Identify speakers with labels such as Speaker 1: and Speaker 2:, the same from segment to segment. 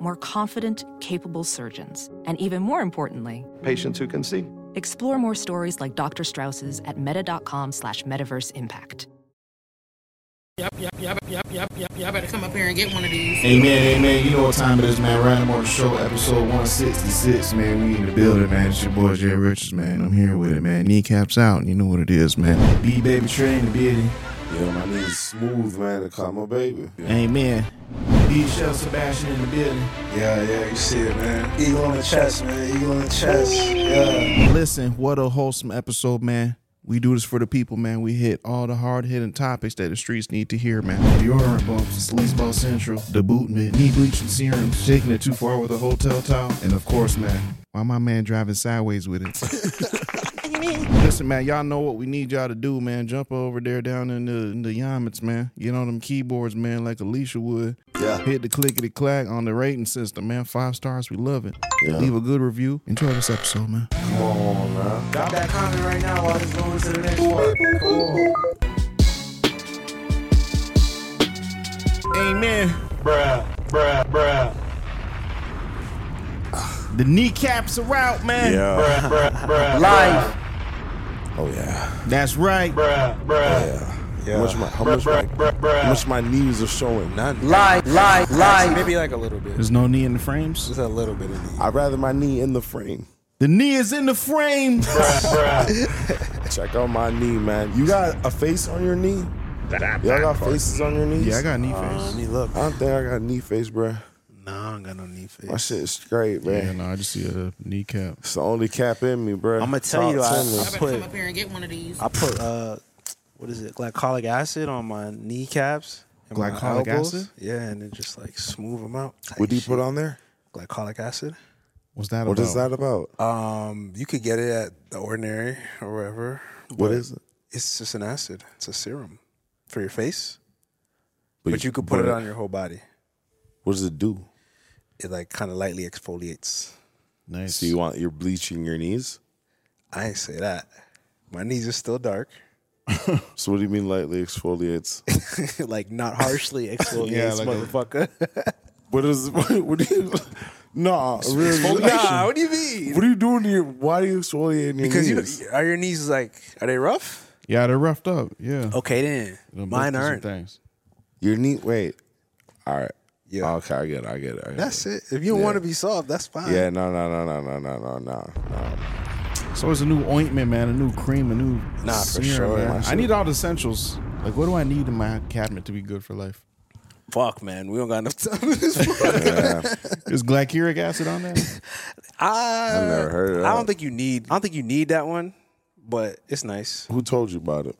Speaker 1: More confident, capable surgeons. And even more importantly,
Speaker 2: Patients who can see.
Speaker 1: explore more stories like Dr. Strauss's at meta.com slash metaverse impact.
Speaker 3: Yep, yep, yep, yep, yep, yep. Y'all better come up here and get one of these.
Speaker 4: Amen, amen. You know what time it is, man. Random on the show, episode 166, man. We in the building, man. It's your boy Jay Richards, man. I'm here with it, man. Kneecaps out, you know what it is, man. B baby train the building.
Speaker 5: Yeah, my knees smooth, man, to call my baby. Yeah,
Speaker 4: Amen. B Shell Sebastian in the building.
Speaker 5: yeah, you see it, man. Eagle on the chest, man. Eagle on the chest. Yeah.
Speaker 4: Listen, what a wholesome episode, man. We do this for the people, man. We hit all the hard hitting topics that the streets need to hear, man. Deodorant bumps, sleaze ball central, the boot mitt, knee bleaching serums, taking it too far with a hotel towel, and of course, man, why my man driving sideways with it? Listen, man, y'all know what we need y'all to do, man. Jump over there down in the in the Yamits, man. Get on them keyboards, man, like Alicia would.
Speaker 5: Yeah.
Speaker 4: Hit the clickety clack on the rating system, man. Five stars, we love it.
Speaker 5: Yeah.
Speaker 4: Leave a good review. Enjoy this episode, man.
Speaker 5: Come on, man. Drop that comment right now while it's going to the next part. Come on.
Speaker 4: Amen.
Speaker 5: Bruh, bruh, bruh.
Speaker 4: The kneecaps are out, man.
Speaker 5: Yeah.
Speaker 6: bruh, bruh,
Speaker 5: Life. Oh, yeah.
Speaker 4: That's right.
Speaker 6: bruh, bruh,
Speaker 5: Yeah. Yeah. How much my, how much my,
Speaker 6: bruh, bruh.
Speaker 5: how much my knees are showing? Not
Speaker 7: Lie, lie, lie.
Speaker 6: Maybe like a little bit.
Speaker 4: There's no knee in the frames.
Speaker 6: Just a little bit of these.
Speaker 5: I'd rather my knee in the frame.
Speaker 4: The knee is in the frame.
Speaker 5: Check out my knee, man. You got a face on your knee? Y'all got faces on your knees?
Speaker 4: yeah, I got a knee face.
Speaker 6: Let me look.
Speaker 5: I don't think I got a knee face, bruh.
Speaker 6: No, I don't got no knee face.
Speaker 5: My shit is straight, man.
Speaker 4: Yeah, no, I just see a kneecap.
Speaker 5: It's the only cap in me, bro.
Speaker 6: I'ma tell you, I-
Speaker 3: Y'all better come up here and get one of these.
Speaker 6: I put uh, what is it? Glycolic acid on my kneecaps. And my
Speaker 4: Glycolic
Speaker 6: elbows.
Speaker 4: acid?
Speaker 6: Yeah, and then just like smooth them out. Type
Speaker 5: What do you
Speaker 6: shit.
Speaker 5: put on there?
Speaker 6: Glycolic acid.
Speaker 4: What's that
Speaker 5: What
Speaker 4: about?
Speaker 5: is that about?
Speaker 6: Um, you could get it at the ordinary or wherever.
Speaker 5: what is it?
Speaker 6: It's just an acid. It's a serum for your face,
Speaker 5: But,
Speaker 6: but you could put it on your whole body.
Speaker 5: What does it do?
Speaker 6: It like kind of lightly exfoliates.
Speaker 4: Nice.
Speaker 5: So you want you're bleaching your knees?
Speaker 6: I ain't say that. My knees are still dark.
Speaker 5: So what do you mean lightly exfoliates?
Speaker 6: like not harshly exfoliates,
Speaker 4: Yeah, like a-
Speaker 6: motherfucker.
Speaker 5: what is what, do you? Nah, really?
Speaker 6: nah,
Speaker 5: Nah,
Speaker 6: what do you mean?
Speaker 5: what are you doing to your? Why are you exfoliating your
Speaker 6: because you
Speaker 5: knees?
Speaker 6: know, are your knees like are they rough?
Speaker 4: yeah, they're roughed up. Yeah.
Speaker 6: Okay then,
Speaker 4: Them
Speaker 6: Oh, mine
Speaker 4: both do some
Speaker 6: aren't.
Speaker 4: Things.
Speaker 5: your knee. Wait. All right. Oh,
Speaker 6: Yeah.
Speaker 5: Okay, I get it. I get it. I get
Speaker 6: That's it. If you don't
Speaker 5: Yeah.
Speaker 6: want to be soft, that's fine.
Speaker 5: Yeah. No. No. No. No. No. No. No. No. No.
Speaker 4: So it's a new ointment, man. A new cream. A new
Speaker 6: Nah, for
Speaker 4: serum,
Speaker 6: sure,
Speaker 4: man.
Speaker 6: my
Speaker 4: I need all the essentials. Like, what do I need in my cabinet to be good for life?
Speaker 6: Fuck, man, we don't got enough time. for this.
Speaker 4: Is glycuric acid on there?
Speaker 6: I,
Speaker 5: I've never heard of
Speaker 6: I
Speaker 5: that.
Speaker 6: don't think you need. I don't think you need that one, but it's nice.
Speaker 5: Who told you about it?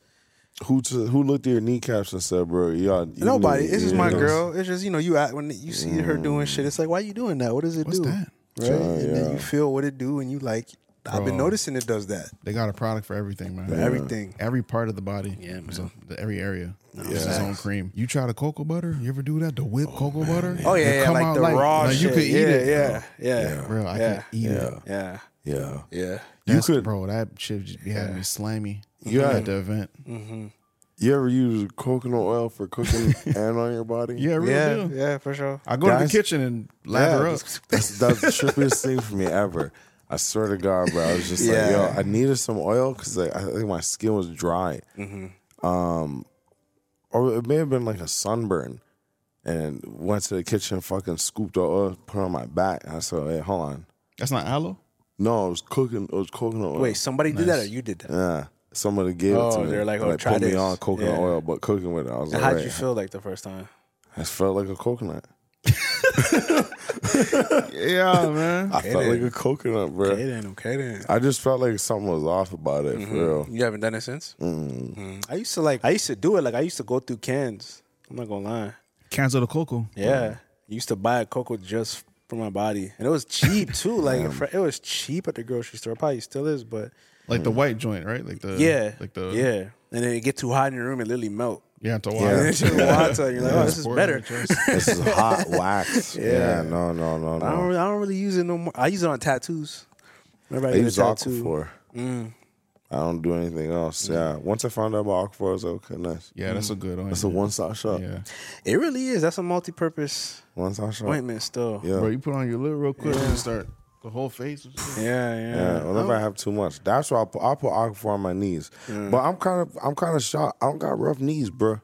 Speaker 5: Who t- who looked at your kneecaps and said, "Bro, y'all"? you
Speaker 6: Nobody.
Speaker 5: need-
Speaker 6: It's just
Speaker 5: you
Speaker 6: my
Speaker 5: know,
Speaker 6: girl. It's just you know you at when you see her doing shit. It's like why you doing that? What does it
Speaker 4: What's
Speaker 6: do?
Speaker 4: that?
Speaker 6: Right. and
Speaker 5: yeah.
Speaker 6: then you feel what it do, and you like. I've been
Speaker 4: Bro.
Speaker 6: noticing it does that.
Speaker 4: They got a product for everything, man.
Speaker 6: For everything.
Speaker 4: Every part of the body.
Speaker 6: Yeah, man.
Speaker 4: So, the- every area. It's his own cream. You try the cocoa butter? You ever do that? The whipped cocoa butter?
Speaker 6: Oh
Speaker 4: It
Speaker 6: yeah, yeah
Speaker 4: come
Speaker 6: like
Speaker 4: out
Speaker 6: the raw
Speaker 4: like
Speaker 6: shit.
Speaker 4: You could eat
Speaker 6: yeah,
Speaker 4: it.
Speaker 6: Yeah, yeah,
Speaker 4: Bro, I
Speaker 6: yeah,
Speaker 4: can eat it.
Speaker 6: yeah,
Speaker 5: Yeah.
Speaker 6: yeah.
Speaker 4: That's-
Speaker 5: could-
Speaker 4: bro. That shit just be having me slimy.
Speaker 5: You
Speaker 4: at
Speaker 5: had-
Speaker 4: the event.
Speaker 5: You ever use coconut oil for cooking and on your body?
Speaker 4: Yeah, I really
Speaker 6: Yeah,
Speaker 4: do.
Speaker 6: yeah, for sure.
Speaker 4: I go to the
Speaker 5: Guys-
Speaker 4: kitchen and
Speaker 5: Yeah,
Speaker 4: lather up.
Speaker 5: that's, that's, that's the trippiest thing for me ever. I swear to God, bro. I was just
Speaker 6: Yeah.
Speaker 5: like, yo, I needed some oil because like, I think my skin was dry. Um,
Speaker 6: Mm-hmm.
Speaker 5: or it may have been like a sunburn. And went to the kitchen, fucking scooped the oil, put it on my back. And I said, hey, hold on.
Speaker 4: That's not aloe.
Speaker 5: No, it was cooking. It was coconut oil.
Speaker 6: Wait, somebody did that or you did that?
Speaker 5: Yeah. Somebody gave it
Speaker 6: Oh,
Speaker 5: to me.
Speaker 6: they're like, oh,
Speaker 5: and
Speaker 6: try
Speaker 5: put me
Speaker 6: this.
Speaker 5: on coconut
Speaker 6: Yeah.
Speaker 5: oil, but cooking with it. I was like,
Speaker 6: How'd
Speaker 5: wait,
Speaker 6: you feel like the first time?
Speaker 5: I felt like a coconut.
Speaker 4: Yeah, man.
Speaker 5: I felt like a coconut, bro.
Speaker 6: Okay then, okay then.
Speaker 5: I just felt like something was off about it,
Speaker 6: Mm-hmm.
Speaker 5: for real.
Speaker 6: You haven't done it since. Mm. I used to like. I used to do it. Like I used to go through cans. I'm not gonna lie.
Speaker 4: Cancel the cocoa.
Speaker 6: Yeah, used to buy a cocoa just for my body, and it was cheap too. Like fr- it was cheap at the grocery store. Probably still is, but
Speaker 4: Like the white joint, right? Like the
Speaker 6: yeah,
Speaker 4: like the
Speaker 6: yeah. And then it get too hot in your room, it literally melt.
Speaker 4: yeah, to
Speaker 6: And
Speaker 4: water.
Speaker 6: it's your water, and you're like, oh, this is
Speaker 4: Sport
Speaker 6: better.
Speaker 4: interest.
Speaker 5: This is hot wax. Yeah. no, no, no,
Speaker 6: I don't,
Speaker 5: no.
Speaker 6: really, I don't really use it no more. I use it on tattoos. Remember
Speaker 5: I
Speaker 6: did a
Speaker 5: use
Speaker 6: tattoo. Mm.
Speaker 5: Aquaphor. I don't do anything else. Yeah. Once I found out about Aquaphor, I was like, okay, nice. Mm.
Speaker 4: Yeah, that's a good one.
Speaker 5: That's a one stop shop.
Speaker 4: Yeah,
Speaker 6: It really is. That's a multi-purpose
Speaker 5: One stop shop.
Speaker 6: ointment still.
Speaker 5: Yeah.
Speaker 4: bro, you put on your lip real quick and start the whole face.
Speaker 6: Yeah, yeah.
Speaker 5: Yeah,
Speaker 6: oh.
Speaker 5: whenever I have too much, that's why I'll put, I'll put Aquaphor on my knees.
Speaker 6: Mm.
Speaker 5: But I'm kind of I'm kind of shocked. I don't got rough knees, bro.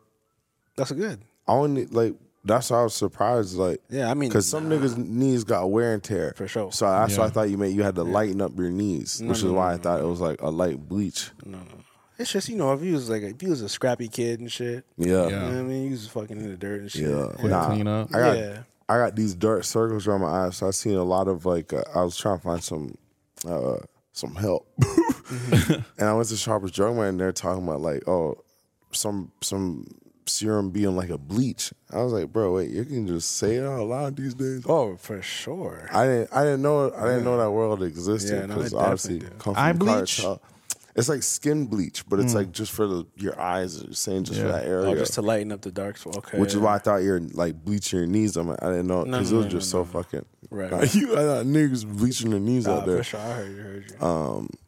Speaker 6: That's good.
Speaker 5: I only like that's why I was surprised. Like,
Speaker 6: Yeah, I mean,
Speaker 5: because some niggas' knees got wear and tear
Speaker 6: For sure.
Speaker 5: So that's why I thought you meant you had to lighten up your knees, which is why I thought it was like a light bleach.
Speaker 6: It's just you know if you was like if you was a scrappy kid and shit.
Speaker 5: Yeah,
Speaker 4: Yeah.
Speaker 5: yeah.
Speaker 6: You know what I mean, you was fucking in the dirt and shit.
Speaker 4: Quick
Speaker 5: Nah,
Speaker 4: clean up.
Speaker 5: I got
Speaker 6: Yeah.
Speaker 5: I got these dark circles around my eyes. So I seen a lot of like uh, I was trying to find some uh, some help, and I went to Shoppers Drug Mart and they're talking about like oh some some serum being like a bleach. I was like, bro, wait, you can just say it out loud these days.
Speaker 6: Oh, for sure.
Speaker 5: I didn't I didn't know I didn't know that world existed
Speaker 6: Yeah, no,
Speaker 5: because
Speaker 6: it definitely
Speaker 5: obviously
Speaker 6: did. Hmm.
Speaker 5: come from
Speaker 4: Eye
Speaker 5: Cartel.
Speaker 4: bleach?
Speaker 5: It's like skin bleach, but it's like just for the, your eyes. You're saying just for that area
Speaker 6: Oh, just to lighten up the dark spot. Okay.
Speaker 5: which is why I thought you're like bleaching your knees. I'm like, I didn't know
Speaker 6: No,
Speaker 5: because
Speaker 6: no,
Speaker 5: it was
Speaker 6: no,
Speaker 5: just
Speaker 6: no,
Speaker 5: so fucking.
Speaker 6: Right,
Speaker 5: Like,
Speaker 6: right.
Speaker 5: you, I thought niggas bleaching their knees
Speaker 6: Nah,
Speaker 5: out there.
Speaker 6: for sure. I heard you. Heard
Speaker 5: Um,
Speaker 6: you.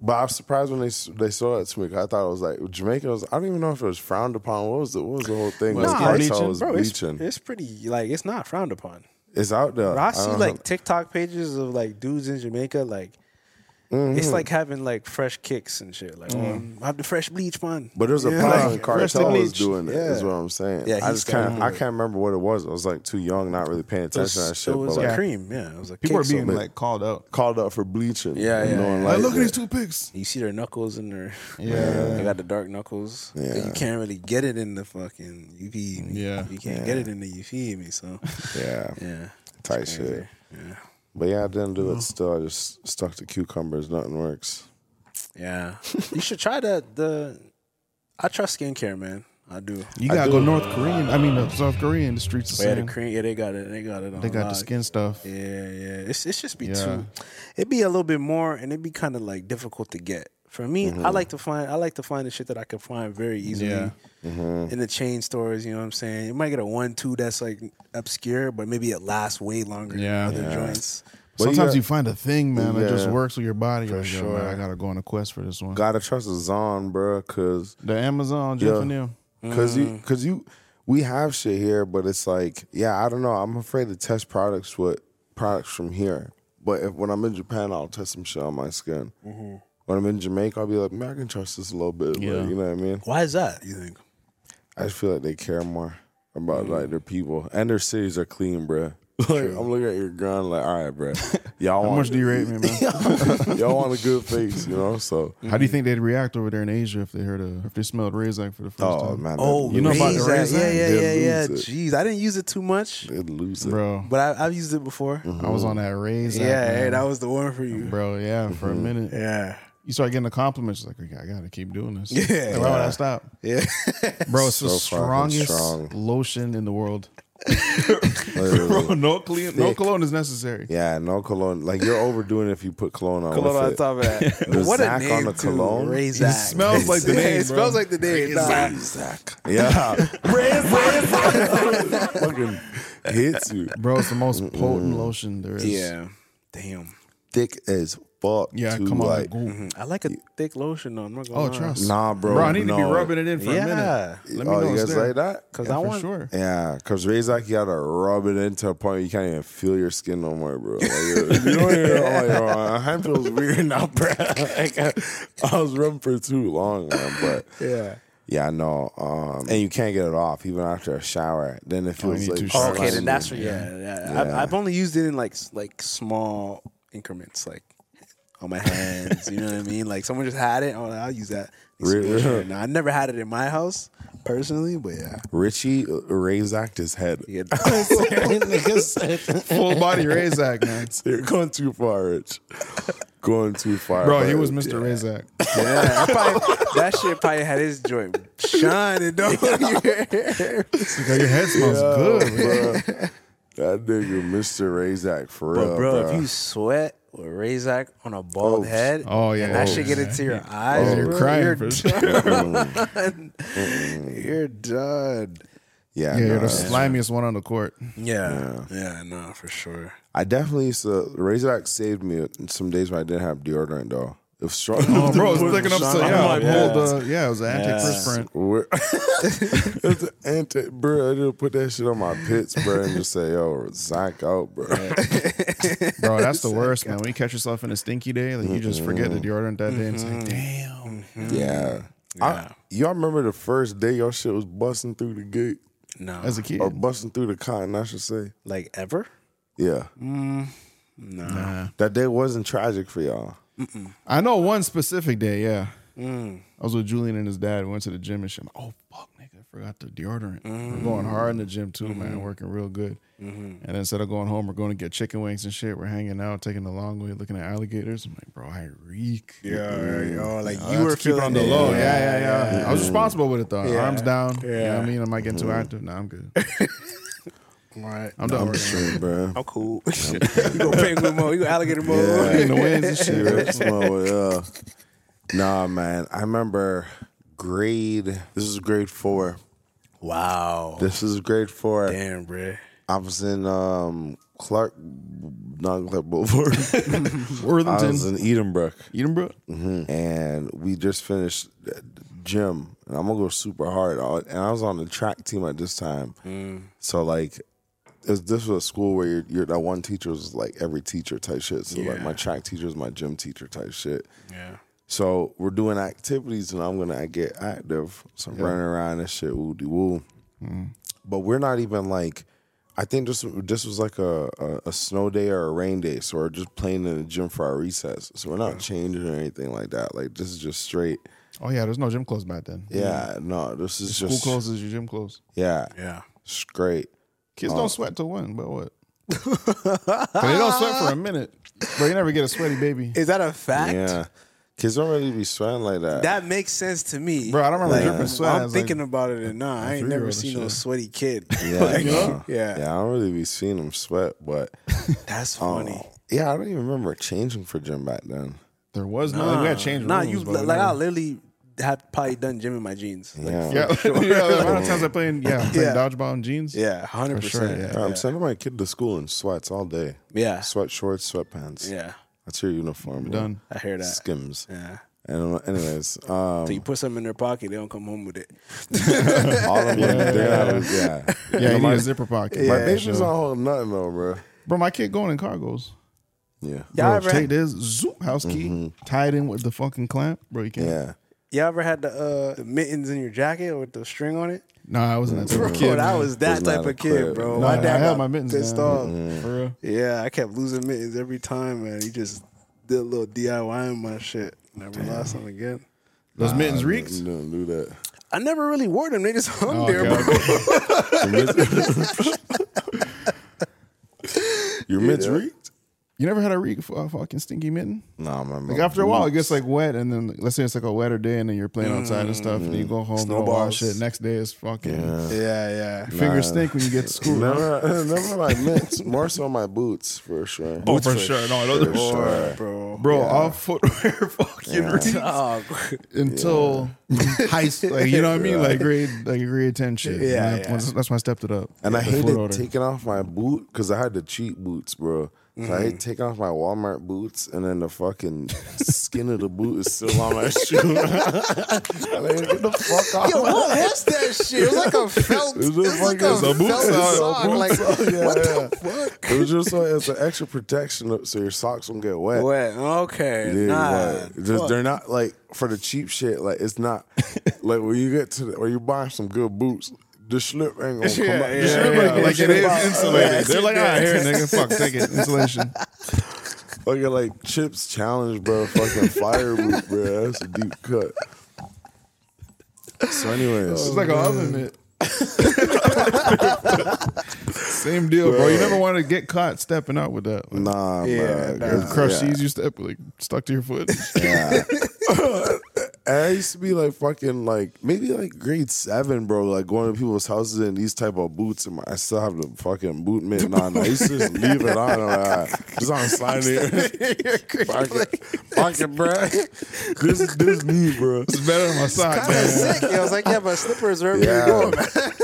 Speaker 5: But I was surprised when they s- they saw that to me. 'cause I thought it was like Jamaica. Was, I don't even know if it was frowned upon. What was the what was the whole thing?
Speaker 4: Well,
Speaker 5: Like,
Speaker 4: it's
Speaker 5: Cartel
Speaker 4: bleaching.
Speaker 5: was
Speaker 6: Bro, it's,
Speaker 5: bleaching. It's,
Speaker 6: it's pretty like it's not frowned upon.
Speaker 5: out there.
Speaker 6: Bro, I see
Speaker 5: don't
Speaker 6: like
Speaker 5: know.
Speaker 6: TikTok pages of like dudes in Jamaica like.
Speaker 5: Mm-hmm.
Speaker 6: It's like having like fresh kicks and shit. Like,
Speaker 4: Mm.
Speaker 6: oh, I have the fresh bleach one.
Speaker 5: but there's a
Speaker 6: Yeah,
Speaker 5: problem.
Speaker 6: like, fresh
Speaker 5: Cartel was
Speaker 6: bleach.
Speaker 5: doing it. Is
Speaker 6: Yeah.
Speaker 5: what I'm saying.
Speaker 6: Yeah,
Speaker 5: I
Speaker 6: he's
Speaker 5: just kind of
Speaker 6: gotta
Speaker 5: I
Speaker 6: do it.
Speaker 5: can't remember what it was. I was like too young, not really paying
Speaker 6: It was,
Speaker 5: attention to that shit.
Speaker 6: it was
Speaker 5: but
Speaker 6: a
Speaker 5: like,
Speaker 6: cream. Yeah, it was a
Speaker 4: People are
Speaker 6: kick, so,
Speaker 4: being
Speaker 6: like,
Speaker 4: like called out.
Speaker 5: called out for bleaching.
Speaker 6: Yeah, yeah,
Speaker 5: No
Speaker 6: yeah.
Speaker 5: one
Speaker 4: Like,
Speaker 5: liked
Speaker 4: look at
Speaker 5: it.
Speaker 4: these two pics.
Speaker 6: You see their knuckles and their
Speaker 4: Yeah.
Speaker 6: They got the dark knuckles.
Speaker 5: Yeah.
Speaker 6: You can't really get it in the fucking you feed me.
Speaker 4: Yeah.
Speaker 6: You can't get it in the you feed me. So
Speaker 5: Yeah.
Speaker 6: yeah.
Speaker 5: type shit. But yeah, I didn't do
Speaker 6: Oh.
Speaker 5: it. Still, I just stuck to cucumbers. Nothing works.
Speaker 6: Yeah. you should try that the I trust skincare, man. I do.
Speaker 4: You
Speaker 5: I
Speaker 4: gotta
Speaker 5: do.
Speaker 4: go North Korean. I mean, uh, South Korean. The streets the
Speaker 6: But yeah, the
Speaker 4: same.
Speaker 6: cream yeah, they got it. They got it on
Speaker 4: They got the
Speaker 6: lock.
Speaker 4: skin stuff.
Speaker 6: Yeah, yeah. It's it's just be
Speaker 4: Yeah.
Speaker 6: too it'd be a little bit more and it'd be kinda like difficult to get. For me, I like to find I like to find the shit that I can find very easily.
Speaker 4: Mm-hmm. Yeah. Mm-hmm.
Speaker 6: in the chain stores, you know what I'm saying? You might get a one, two that's like obscure, but maybe it lasts way longer
Speaker 4: Yeah.
Speaker 6: than other
Speaker 4: Yeah.
Speaker 6: joints.
Speaker 5: But you
Speaker 4: Sometimes
Speaker 5: got-
Speaker 4: you, find a thing, man, that just
Speaker 5: Yeah.
Speaker 4: works with your body. You're like, yo, man,
Speaker 5: sure.
Speaker 4: I gotta go on a quest for this one.
Speaker 5: Gotta trust the Zon, bro, cause
Speaker 4: The Amazon, Jeff
Speaker 5: Yeah.
Speaker 4: and them.
Speaker 5: cause
Speaker 6: Mm.
Speaker 5: you cause you we have shit here, but it's like yeah, I don't know. I'm afraid to test products with products from here. But if when I'm in Japan, I'll test some shit on my skin.
Speaker 6: Mm-hmm.
Speaker 5: When I'm in Jamaica, I'll be like, man, I can trust this a little bit. Yeah.
Speaker 4: Yeah.
Speaker 5: you know what I mean?
Speaker 6: Why is that, you think?
Speaker 5: I just feel like they care more about like
Speaker 6: Mm.
Speaker 5: their people and their cities are clean, bro. Like, I'm looking at your gun, like, all right, bro. Y'all
Speaker 4: How
Speaker 5: want
Speaker 4: much do you rate me, man?
Speaker 5: y'all want a good face, you know? So
Speaker 4: How do you think they'd react over there in Asia if they heard a, if they smelled Razak for the first
Speaker 5: Oh
Speaker 4: time?
Speaker 5: man,
Speaker 6: Oh,
Speaker 4: You know about the
Speaker 6: razor?
Speaker 4: razor?
Speaker 6: Yeah, yeah, yeah, yeah.
Speaker 5: It loses.
Speaker 6: Jeez, I didn't use it too much,
Speaker 5: They'd lose it.
Speaker 4: bro,
Speaker 6: but I, I've used it before.
Speaker 5: Mm-hmm.
Speaker 4: I was on that Razak.
Speaker 6: Yeah, hey,
Speaker 4: man.
Speaker 6: that was the one for you.
Speaker 4: bro. Yeah, for a
Speaker 5: Mm-hmm.
Speaker 4: minute,
Speaker 6: Yeah.
Speaker 4: you start getting the compliments. Like, okay, I gotta keep doing this.
Speaker 6: Yeah.
Speaker 4: Like, why would I stop?
Speaker 6: Yeah.
Speaker 4: Bro, it's the
Speaker 5: So fucking
Speaker 4: strongest
Speaker 5: strong.
Speaker 4: lotion in the world.
Speaker 5: Literally.
Speaker 4: Bro, Oh, no clean, no
Speaker 5: Thick.
Speaker 4: cologne is necessary.
Speaker 5: Yeah, no cologne. Like you're overdoing it if you put cologne on. with it.
Speaker 6: of that.
Speaker 5: The
Speaker 6: what
Speaker 5: Zac
Speaker 6: a
Speaker 5: on
Speaker 6: name
Speaker 5: the
Speaker 6: too,
Speaker 5: cologne?
Speaker 6: Razor.
Speaker 4: It smells like the
Speaker 6: Yeah,
Speaker 4: name,
Speaker 6: It smells
Speaker 4: bro.
Speaker 6: like the name. Nah.
Speaker 5: Yeah, fucking hits you
Speaker 4: Bro, it's the most potent lotion there is.
Speaker 6: Yeah. Damn. Hmm,
Speaker 5: thick as fuck.
Speaker 4: Yeah,
Speaker 5: too,
Speaker 4: come on.
Speaker 5: Like,
Speaker 4: go.
Speaker 6: I like a thick lotion though. I'm not gonna
Speaker 4: Oh,
Speaker 6: lie.
Speaker 4: trust.
Speaker 5: nah, bro.
Speaker 4: Mm-hmm. Bro, I need
Speaker 5: no.
Speaker 4: to be rubbing it in for
Speaker 6: Yeah.
Speaker 4: a minute. Let me
Speaker 5: oh,
Speaker 4: know
Speaker 5: you
Speaker 4: it's
Speaker 5: guys
Speaker 4: there.
Speaker 5: like that?
Speaker 6: Cause
Speaker 4: Yeah,
Speaker 6: I
Speaker 4: for
Speaker 6: want.
Speaker 4: sure.
Speaker 5: Yeah, cause Razak, you gotta rub it into a point you can't even feel your skin no more, bro. Like, you're- you know, you're all like, oh, my hand feels weird now, bro. Like, uh, I, I was rubbing for too long, man, but
Speaker 6: Yeah.
Speaker 5: yeah, no. Um, and you can't get it off even after a shower. Then it
Speaker 4: Oh, you
Speaker 5: feels
Speaker 4: need
Speaker 5: like
Speaker 4: two
Speaker 6: Oh,
Speaker 4: showers.
Speaker 6: okay, then that's yeah.
Speaker 4: Yeah.
Speaker 6: yeah, I've, I've only used it in like s- like small increments, like on my hands. you know what I mean? Like someone just had it. Oh, I'll use that.
Speaker 5: Really?
Speaker 6: Now, I never had it in my house personally, but yeah.
Speaker 5: Richie Razak his head.
Speaker 6: Yeah.
Speaker 4: Full body Razak, man.
Speaker 5: So you're going too far, Rich. going too far,
Speaker 4: Bro,
Speaker 5: but-
Speaker 4: he was Mr. Razak.
Speaker 6: Yeah, I probably, that shit probably had his joint shining, don't you?
Speaker 4: Like, your head smells good.
Speaker 5: Bruh. That nigga, Mr. Razak, for
Speaker 6: But
Speaker 5: real,
Speaker 6: bro, if
Speaker 5: bruh.
Speaker 6: you sweat with Razak on a bald
Speaker 5: Oh,
Speaker 6: head,
Speaker 4: oh, yeah.
Speaker 6: and that
Speaker 4: Oh,
Speaker 6: should get
Speaker 4: yeah.
Speaker 6: into your eyes.
Speaker 4: You're
Speaker 6: bro,
Speaker 4: crying
Speaker 6: You're
Speaker 4: for
Speaker 6: done. you're done.
Speaker 4: Yeah,
Speaker 5: yeah, nah,
Speaker 4: you're the
Speaker 5: that's-
Speaker 4: slimiest one on the court.
Speaker 6: Yeah, yeah, no, for sure.
Speaker 5: I definitely used to. Razak saved me some days when I didn't have deodorant though. It was strong.
Speaker 4: Oh, bro, it's picking up. So, yeah,
Speaker 6: up,
Speaker 4: I pulled. Uh, yeah, it was an antiperspirant.
Speaker 5: We're- it's an anti, bro. I just put that shit on my pits, bro, and just say, "Yo, Zach out, bro."
Speaker 4: Bro, that's the worst, man. When you catch yourself in a stinky day, like you just forget that you're that day, and it's like, damn.
Speaker 6: Mm-hmm.
Speaker 5: Yeah, I, y'all remember the first day your shit was busting through the gate
Speaker 6: No,
Speaker 4: As a kid,
Speaker 5: or busting through the cotton, I should say.
Speaker 6: like ever?
Speaker 5: Yeah,
Speaker 4: Mm, nah.
Speaker 5: that day wasn't tragic for y'all.
Speaker 4: I know one specific day, yeah.
Speaker 6: Mm.
Speaker 4: I was with Julian and his dad. We went to the gym and shit. I'm like, oh, fuck, nigga, I forgot the deodorant.
Speaker 6: Mm.
Speaker 4: We're going hard in the gym too,
Speaker 6: Mm-hmm.
Speaker 4: man, working real good. And instead of going home, we're going to get chicken wings and shit. We're hanging out, taking the long way, looking at alligators. I'm like, bro, I reek.
Speaker 6: Yeah, yo, like
Speaker 4: I had to keep it on the
Speaker 6: it.
Speaker 4: low. Yeah, yeah, yeah. I was responsible with it though. Arms down. Yeah. You know what I
Speaker 6: Yeah. Mm-hmm.
Speaker 4: mean? Am I getting too active? Nah, I'm good.
Speaker 6: Right.
Speaker 4: I'm done.
Speaker 5: I'm sure, bro.
Speaker 6: I'm cool. you go penguin mode. You go alligator mode.
Speaker 4: In the winds and shit.
Speaker 5: Yeah, smell it, yeah. Nah, man. I remember grade. This is grade four.
Speaker 6: Wow.
Speaker 5: This is grade four.
Speaker 6: Oh. Damn, bro.
Speaker 5: I was in um Clark, not Clark Boulevard. I was
Speaker 4: Worthington.
Speaker 5: in Edenbrook,
Speaker 4: Edenbrook.
Speaker 5: and we just finished the gym. And I'm gonna go super hard. I- And I was on the track team at this time, so like. It was, this was a school where you're, you're that one teacher was like every teacher type shit. So like my track teacher was my gym teacher type shit.
Speaker 6: Yeah.
Speaker 5: So we're doing activities, and I'm gonna get active. So I'm running around and shit, woo de woo. But we're not even like, I think this this was like a, a a snow day or a rain day, so we're just playing in the gym for our recess. So we're not changing or anything like that. Like this is just straight.
Speaker 4: Oh yeah, there's no gym closed back then.
Speaker 5: Yeah, no, this is
Speaker 4: Mm. School
Speaker 5: just
Speaker 4: closes, your gym closed.
Speaker 5: yeah,
Speaker 6: Yeah.
Speaker 5: straight.
Speaker 4: Kids
Speaker 6: Oh.
Speaker 4: don't sweat till when, but what? 'Cause they don't sweat for a minute, but you never get a sweaty baby.
Speaker 6: Is that a fact?
Speaker 5: Yeah, kids don't really be sweating like that.
Speaker 6: That makes sense to me.
Speaker 4: Bro, I don't remember
Speaker 6: Like,
Speaker 4: dripping sweat. I
Speaker 6: I'm
Speaker 4: was like-
Speaker 6: thinking about it, and nah, I ain't
Speaker 4: three-year-old
Speaker 6: never
Speaker 4: and
Speaker 6: seen no
Speaker 4: shit.
Speaker 6: sweaty kid.
Speaker 5: yeah,
Speaker 6: Like,
Speaker 5: no.
Speaker 6: yeah.
Speaker 5: yeah. I don't really be seeing them sweat, but oh,
Speaker 6: That's
Speaker 4: Oh.
Speaker 6: funny.
Speaker 5: yeah, I don't even remember changing for gym back then.
Speaker 4: There was no. Like, we had change
Speaker 6: Nah,
Speaker 4: rooms.
Speaker 6: you
Speaker 4: but we
Speaker 6: like I
Speaker 4: never-
Speaker 6: literally had probably done gym in my jeans. Like,
Speaker 5: Yeah.
Speaker 4: yeah, yeah. The amount of times I played, yeah, played
Speaker 6: Yeah.
Speaker 4: dodgeball in jeans.
Speaker 6: yeah, hundred
Speaker 4: For sure,
Speaker 6: percent.
Speaker 4: yeah.
Speaker 5: Bro, I'm sending my kid to school in sweats all day.
Speaker 6: Yeah.
Speaker 5: Sweat shorts, sweatpants.
Speaker 6: Yeah,
Speaker 5: That's your uniform. bro.
Speaker 4: Done.
Speaker 6: I hear that.
Speaker 5: Skims.
Speaker 6: Yeah.
Speaker 5: And uh, anyways, um,
Speaker 6: So you put something in their pocket, they don't come home with it.
Speaker 5: all of them. Yeah. yeah.
Speaker 4: Yeah, you need a zipper pocket.
Speaker 5: My
Speaker 4: Yeah,
Speaker 5: baby's
Speaker 4: sure.
Speaker 5: not holding nothing though, bro.
Speaker 4: Bro, my kid going in cargos.
Speaker 5: Yeah.
Speaker 6: Y'all
Speaker 4: Bro,
Speaker 6: ever,
Speaker 4: take this zoop house key,
Speaker 6: Mm-hmm.
Speaker 4: tied in with the fucking clamp, bro. You can't.
Speaker 5: Yeah.
Speaker 6: y'all ever had the, uh, the mittens in your jacket with the string on it?
Speaker 4: Nah, I wasn't that type
Speaker 6: Bro,
Speaker 4: of kid.
Speaker 6: I
Speaker 4: man.
Speaker 6: was that
Speaker 5: Was not
Speaker 6: type
Speaker 5: a
Speaker 6: of kid,
Speaker 5: crib.
Speaker 6: bro.
Speaker 4: Nah,
Speaker 6: my dad
Speaker 4: I had
Speaker 6: got
Speaker 4: my mittens
Speaker 6: pissed
Speaker 4: down.
Speaker 6: off.
Speaker 4: for real.
Speaker 6: Yeah, I kept losing mittens every time, man. He just did a little DIY in my shit. Never lost them again.
Speaker 4: Those mittens reeks.
Speaker 5: Don't do that.
Speaker 6: I never really wore them. They just hung
Speaker 4: Oh,
Speaker 6: there,
Speaker 4: okay,
Speaker 6: bro.
Speaker 4: okay.
Speaker 5: Your mitts reeked?
Speaker 4: You never had a reek for a fucking stinky mitten?
Speaker 5: Nah, my
Speaker 4: Like after a while, it gets like wet, and then let's say it's like a wetter day, and then you're playing outside and stuff, and you go home, and
Speaker 6: Snowballs.
Speaker 4: wash it. Next day is fucking
Speaker 6: Yeah, yeah.
Speaker 4: fingers stink when you get to school.
Speaker 5: Never, never my mitts. More so my boots for sure.
Speaker 4: Oh, for sure. No, those are
Speaker 5: sure.
Speaker 6: Bro.
Speaker 4: Bro, all footwear fucking reeks
Speaker 6: Dog.
Speaker 4: until high school. Like, you know what I mean? Like grade, like grade ten shit.
Speaker 6: Yeah,
Speaker 4: Man,
Speaker 6: yeah.
Speaker 4: That's, that's why I stepped it up.
Speaker 5: And I
Speaker 4: The foot
Speaker 5: hated
Speaker 4: odor.
Speaker 5: taking off my boot because I had the cheap boots, bro. So I hate taking off my Walmart boots, and then the fucking skin of the boot is still on my shoe. I'm like, get the fuck off!
Speaker 6: Yo,
Speaker 5: my-
Speaker 6: what was that shit? It was like a felt.
Speaker 5: It was
Speaker 6: It was like a,
Speaker 5: fucking-
Speaker 6: felt
Speaker 5: boot sock,
Speaker 6: sock.
Speaker 5: boot
Speaker 6: Like,
Speaker 5: sock, yeah,
Speaker 6: what
Speaker 5: yeah.
Speaker 6: the fuck?
Speaker 5: It was just so it's an extra protection, so your socks don't get wet.
Speaker 6: Wet. Okay.
Speaker 5: Dude,
Speaker 6: nah.
Speaker 5: like, just, they're not like for the cheap shit. Like it's not like when you get to the, when you buy some good boots, the slip ain't gonna come out.
Speaker 6: Yeah, yeah,
Speaker 5: The slip
Speaker 6: yeah.
Speaker 5: ain't gonna
Speaker 4: like it
Speaker 5: come out.
Speaker 4: is insulated.
Speaker 6: Yeah,
Speaker 4: They're like, all right, here, nigga, fuck, take it, insulation.
Speaker 5: Fucking like Chips Challenge, bro. Fucking fire boot, bro. That's a deep cut. So, anyways,
Speaker 4: It's
Speaker 7: Oh,
Speaker 4: like an oven mitt. Same deal, bro. You never want to get caught stepping out with that. Like,
Speaker 5: nah,
Speaker 6: Yeah,
Speaker 5: bro.
Speaker 6: nah.
Speaker 4: Crush
Speaker 5: yeah.
Speaker 4: these, you step like stuck to your foot.
Speaker 5: Yeah. And I used to be like fucking like maybe like grade seven, bro. Like going to people's houses in these type of boots, and my, I still have the fucking boot mitt on. I used to just leave it on, like, just on slide here. Fucking, fucking, bro. This is this me, bro.
Speaker 4: It's better than my sock,
Speaker 7: That's
Speaker 4: man.
Speaker 7: sick. I was like, yeah, but slippers wherever
Speaker 5: Yeah.
Speaker 7: you're going, man.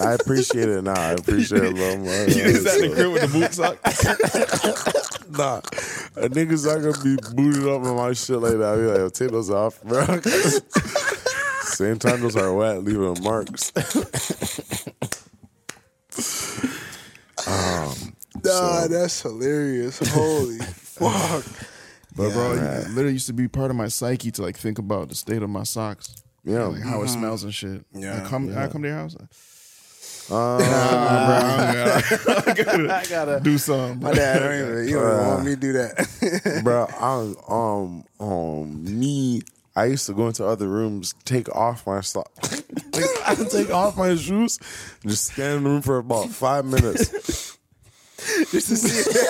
Speaker 5: I appreciate it now. I appreciate it a little more.
Speaker 4: Is that the crib with the boots on?
Speaker 5: Nah, a nigga's not gonna be booted up on my shit like that. I be like, "Yo, take those off, bro. Same time those are wet, leaving marks.
Speaker 7: Nah, that's hilarious. Holy fuck.
Speaker 4: But bro, it literally used to be part of my psyche to like think about the state of my socks.
Speaker 5: Yeah.
Speaker 4: Like how it smells and shit.
Speaker 7: Mm-hmm.
Speaker 4: I
Speaker 7: Yeah, Uh,
Speaker 4: come, I come to your house.
Speaker 7: I gotta
Speaker 4: do something.
Speaker 7: My dad don't even, you don't even want me to do that.
Speaker 5: bro. I um um me. I used to go into other rooms, take off my stuff, I would take off my shoes, and just stand in the room for about five minutes.
Speaker 7: Just to see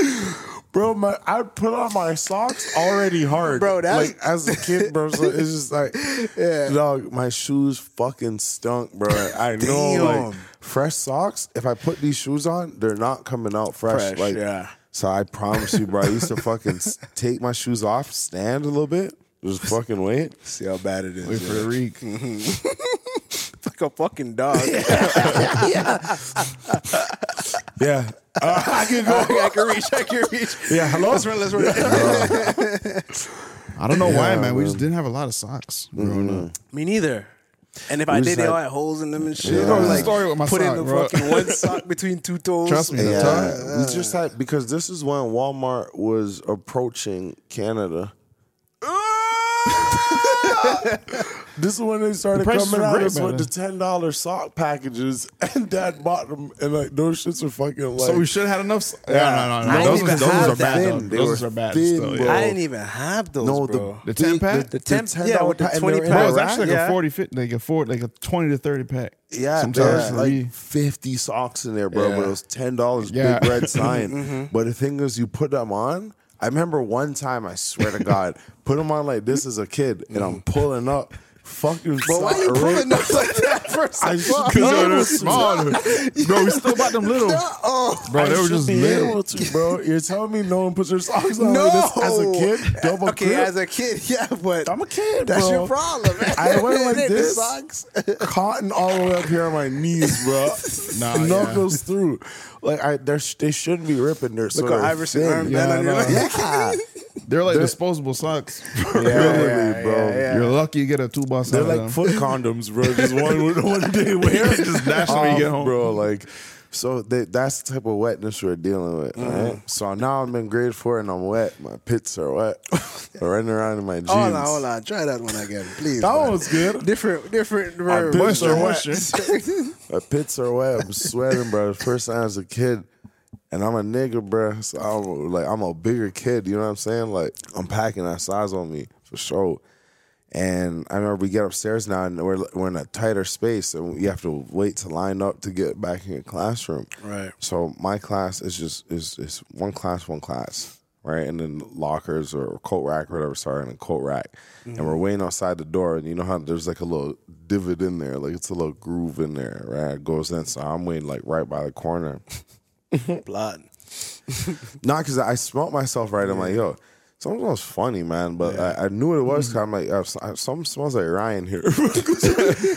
Speaker 7: it.
Speaker 5: Bro, my I put on my socks already hard,
Speaker 7: Bro, that's-
Speaker 5: like as a kid, bro. So it's just like, dog, my shoes fucking stunk, bro. I know, like
Speaker 7: Damn.
Speaker 5: fresh socks. If I put these shoes on, they're not coming out fresh.
Speaker 7: Fresh,
Speaker 5: like,
Speaker 7: yeah.
Speaker 5: So I promise you, bro. I used to fucking s- take my shoes off, stand a little bit, just fucking wait.
Speaker 7: See how bad it is.
Speaker 4: Wait for the reek.
Speaker 7: like a fucking dog.
Speaker 5: Yeah, Uh, I can go.
Speaker 7: I can reach. I can reach.
Speaker 5: Yeah, hello.
Speaker 7: Let's run. Let's run.
Speaker 4: I don't know why, man. We just didn't have a lot of socks growing
Speaker 7: Mm-hmm.
Speaker 4: up.
Speaker 7: Me neither. And if I
Speaker 5: We
Speaker 7: did,
Speaker 5: just
Speaker 7: they
Speaker 5: had-
Speaker 7: all had holes in them and shit.
Speaker 5: You know the
Speaker 4: story with my
Speaker 7: put
Speaker 4: sock,
Speaker 7: in the
Speaker 4: bro.
Speaker 7: fucking one sock between two toes.
Speaker 4: Trust me,
Speaker 5: Yeah,
Speaker 4: the time.
Speaker 5: we just had because this is when Walmart was approaching Canada. this is when they started
Speaker 4: prices
Speaker 5: coming
Speaker 4: were
Speaker 5: out
Speaker 4: great
Speaker 5: us
Speaker 4: back
Speaker 5: with the
Speaker 4: then.
Speaker 5: ten dollar sock packages, and Dad bought them, and like those shits are fucking like.
Speaker 4: So we should have had enough. So- yeah, no, no, no.
Speaker 7: I didn't
Speaker 4: Those,
Speaker 7: even
Speaker 4: was, those was
Speaker 7: have
Speaker 4: are bad.
Speaker 7: them.
Speaker 4: Though.
Speaker 5: They
Speaker 4: Those
Speaker 5: were
Speaker 4: are bad.
Speaker 5: thin,
Speaker 4: still,
Speaker 5: bro.
Speaker 4: yeah.
Speaker 7: I didn't even have those,
Speaker 5: no,
Speaker 7: bro.
Speaker 5: the
Speaker 4: The 10 pack?
Speaker 7: The 10
Speaker 5: $10
Speaker 7: yeah, with the
Speaker 5: pack, and
Speaker 7: 20
Speaker 5: they're in
Speaker 7: pack,
Speaker 4: Bro,
Speaker 5: a
Speaker 4: it's
Speaker 7: right?
Speaker 4: actually like
Speaker 7: Yeah.
Speaker 4: a 40, 50, like a 40, like a 20 to 30 pack.
Speaker 5: Yeah,
Speaker 4: sometimes
Speaker 5: there's
Speaker 4: for
Speaker 5: like
Speaker 4: me.
Speaker 5: fifty socks in there, bro. But it was ten dollars,
Speaker 4: Yeah.
Speaker 5: big red sign.
Speaker 7: Mm-hmm.
Speaker 5: But the thing is, you put them on. I remember one time, I swear to God, put them on like this as a kid, and
Speaker 7: Mm.
Speaker 5: I'm pulling up, fucking.
Speaker 7: But why
Speaker 5: sock
Speaker 7: you
Speaker 5: ripped.
Speaker 7: pulling up like that first?
Speaker 5: I
Speaker 7: of
Speaker 5: should
Speaker 7: all?
Speaker 5: be
Speaker 4: Those
Speaker 5: able
Speaker 4: were
Speaker 5: to-
Speaker 4: smaller. bro, we still bought them little.
Speaker 7: Oh,
Speaker 4: Bro,
Speaker 5: I
Speaker 4: they were
Speaker 5: should
Speaker 4: just
Speaker 5: be
Speaker 4: little.
Speaker 5: able to, bro. You're telling me no one puts their socks on
Speaker 7: no.
Speaker 5: like this as a kid? Double
Speaker 7: Okay,
Speaker 5: crib?
Speaker 7: as a kid, yeah, but
Speaker 5: I'm a kid,
Speaker 7: That's
Speaker 5: bro.
Speaker 7: your problem. Man.
Speaker 5: I went like
Speaker 7: The
Speaker 5: this,
Speaker 7: socks.
Speaker 5: cotton all the way up here on my knees, bro.
Speaker 4: Nah, yeah.
Speaker 5: knuckles through. Like I, they're, they shouldn't be ripping their.
Speaker 7: Look at Iverson armband
Speaker 4: Yeah,
Speaker 7: on your
Speaker 4: I know.
Speaker 7: leg.
Speaker 5: Yeah,
Speaker 4: They're like disposable socks.
Speaker 5: literally, bro.
Speaker 4: You're lucky you get a two box
Speaker 5: They're
Speaker 4: out of
Speaker 5: like
Speaker 4: them.
Speaker 5: foot condoms, bro. Just one one day wear, Um,
Speaker 4: Just dash them when you get home.
Speaker 5: bro. Like. So that that's the type of wetness we're dealing with.
Speaker 7: Mm.
Speaker 5: Right? So now I'm in grade four and I'm wet. My pits are wet. I'm running around in my jeans.
Speaker 7: Hold on, hold on. Try that one again, please.
Speaker 5: That
Speaker 7: man.
Speaker 5: one was good.
Speaker 7: Different, different verb.
Speaker 5: put Moisture,
Speaker 4: Moisture,
Speaker 5: wet.
Speaker 4: moisture.
Speaker 5: My pits are wet. I'm sweating, bro. First time as a kid, and I'm a nigga, bro. So I'm like, I'm a bigger kid. You know what I'm saying? Like, I'm packing that size on me for sure. And I remember we get upstairs now, and we're we're in a tighter space, and you have to wait to line up to get back in your classroom.
Speaker 7: Right.
Speaker 5: So my class is just is is one class, one class, right? And then lockers or coat rack or whatever. Sorry, and a coat rack, and
Speaker 7: Mm-hmm.
Speaker 5: we're waiting outside the door. And you know how there's like a little divot in there, like it's a little groove in there, right? It goes in. So I'm waiting like right by the corner.
Speaker 7: Plot.
Speaker 5: Not because I smelt myself right. I'm like, yo, something smells funny, man. But I, I knew what it was. because
Speaker 7: Mm-hmm.
Speaker 5: I'm like, uh, s- uh, something smells like Ryan here.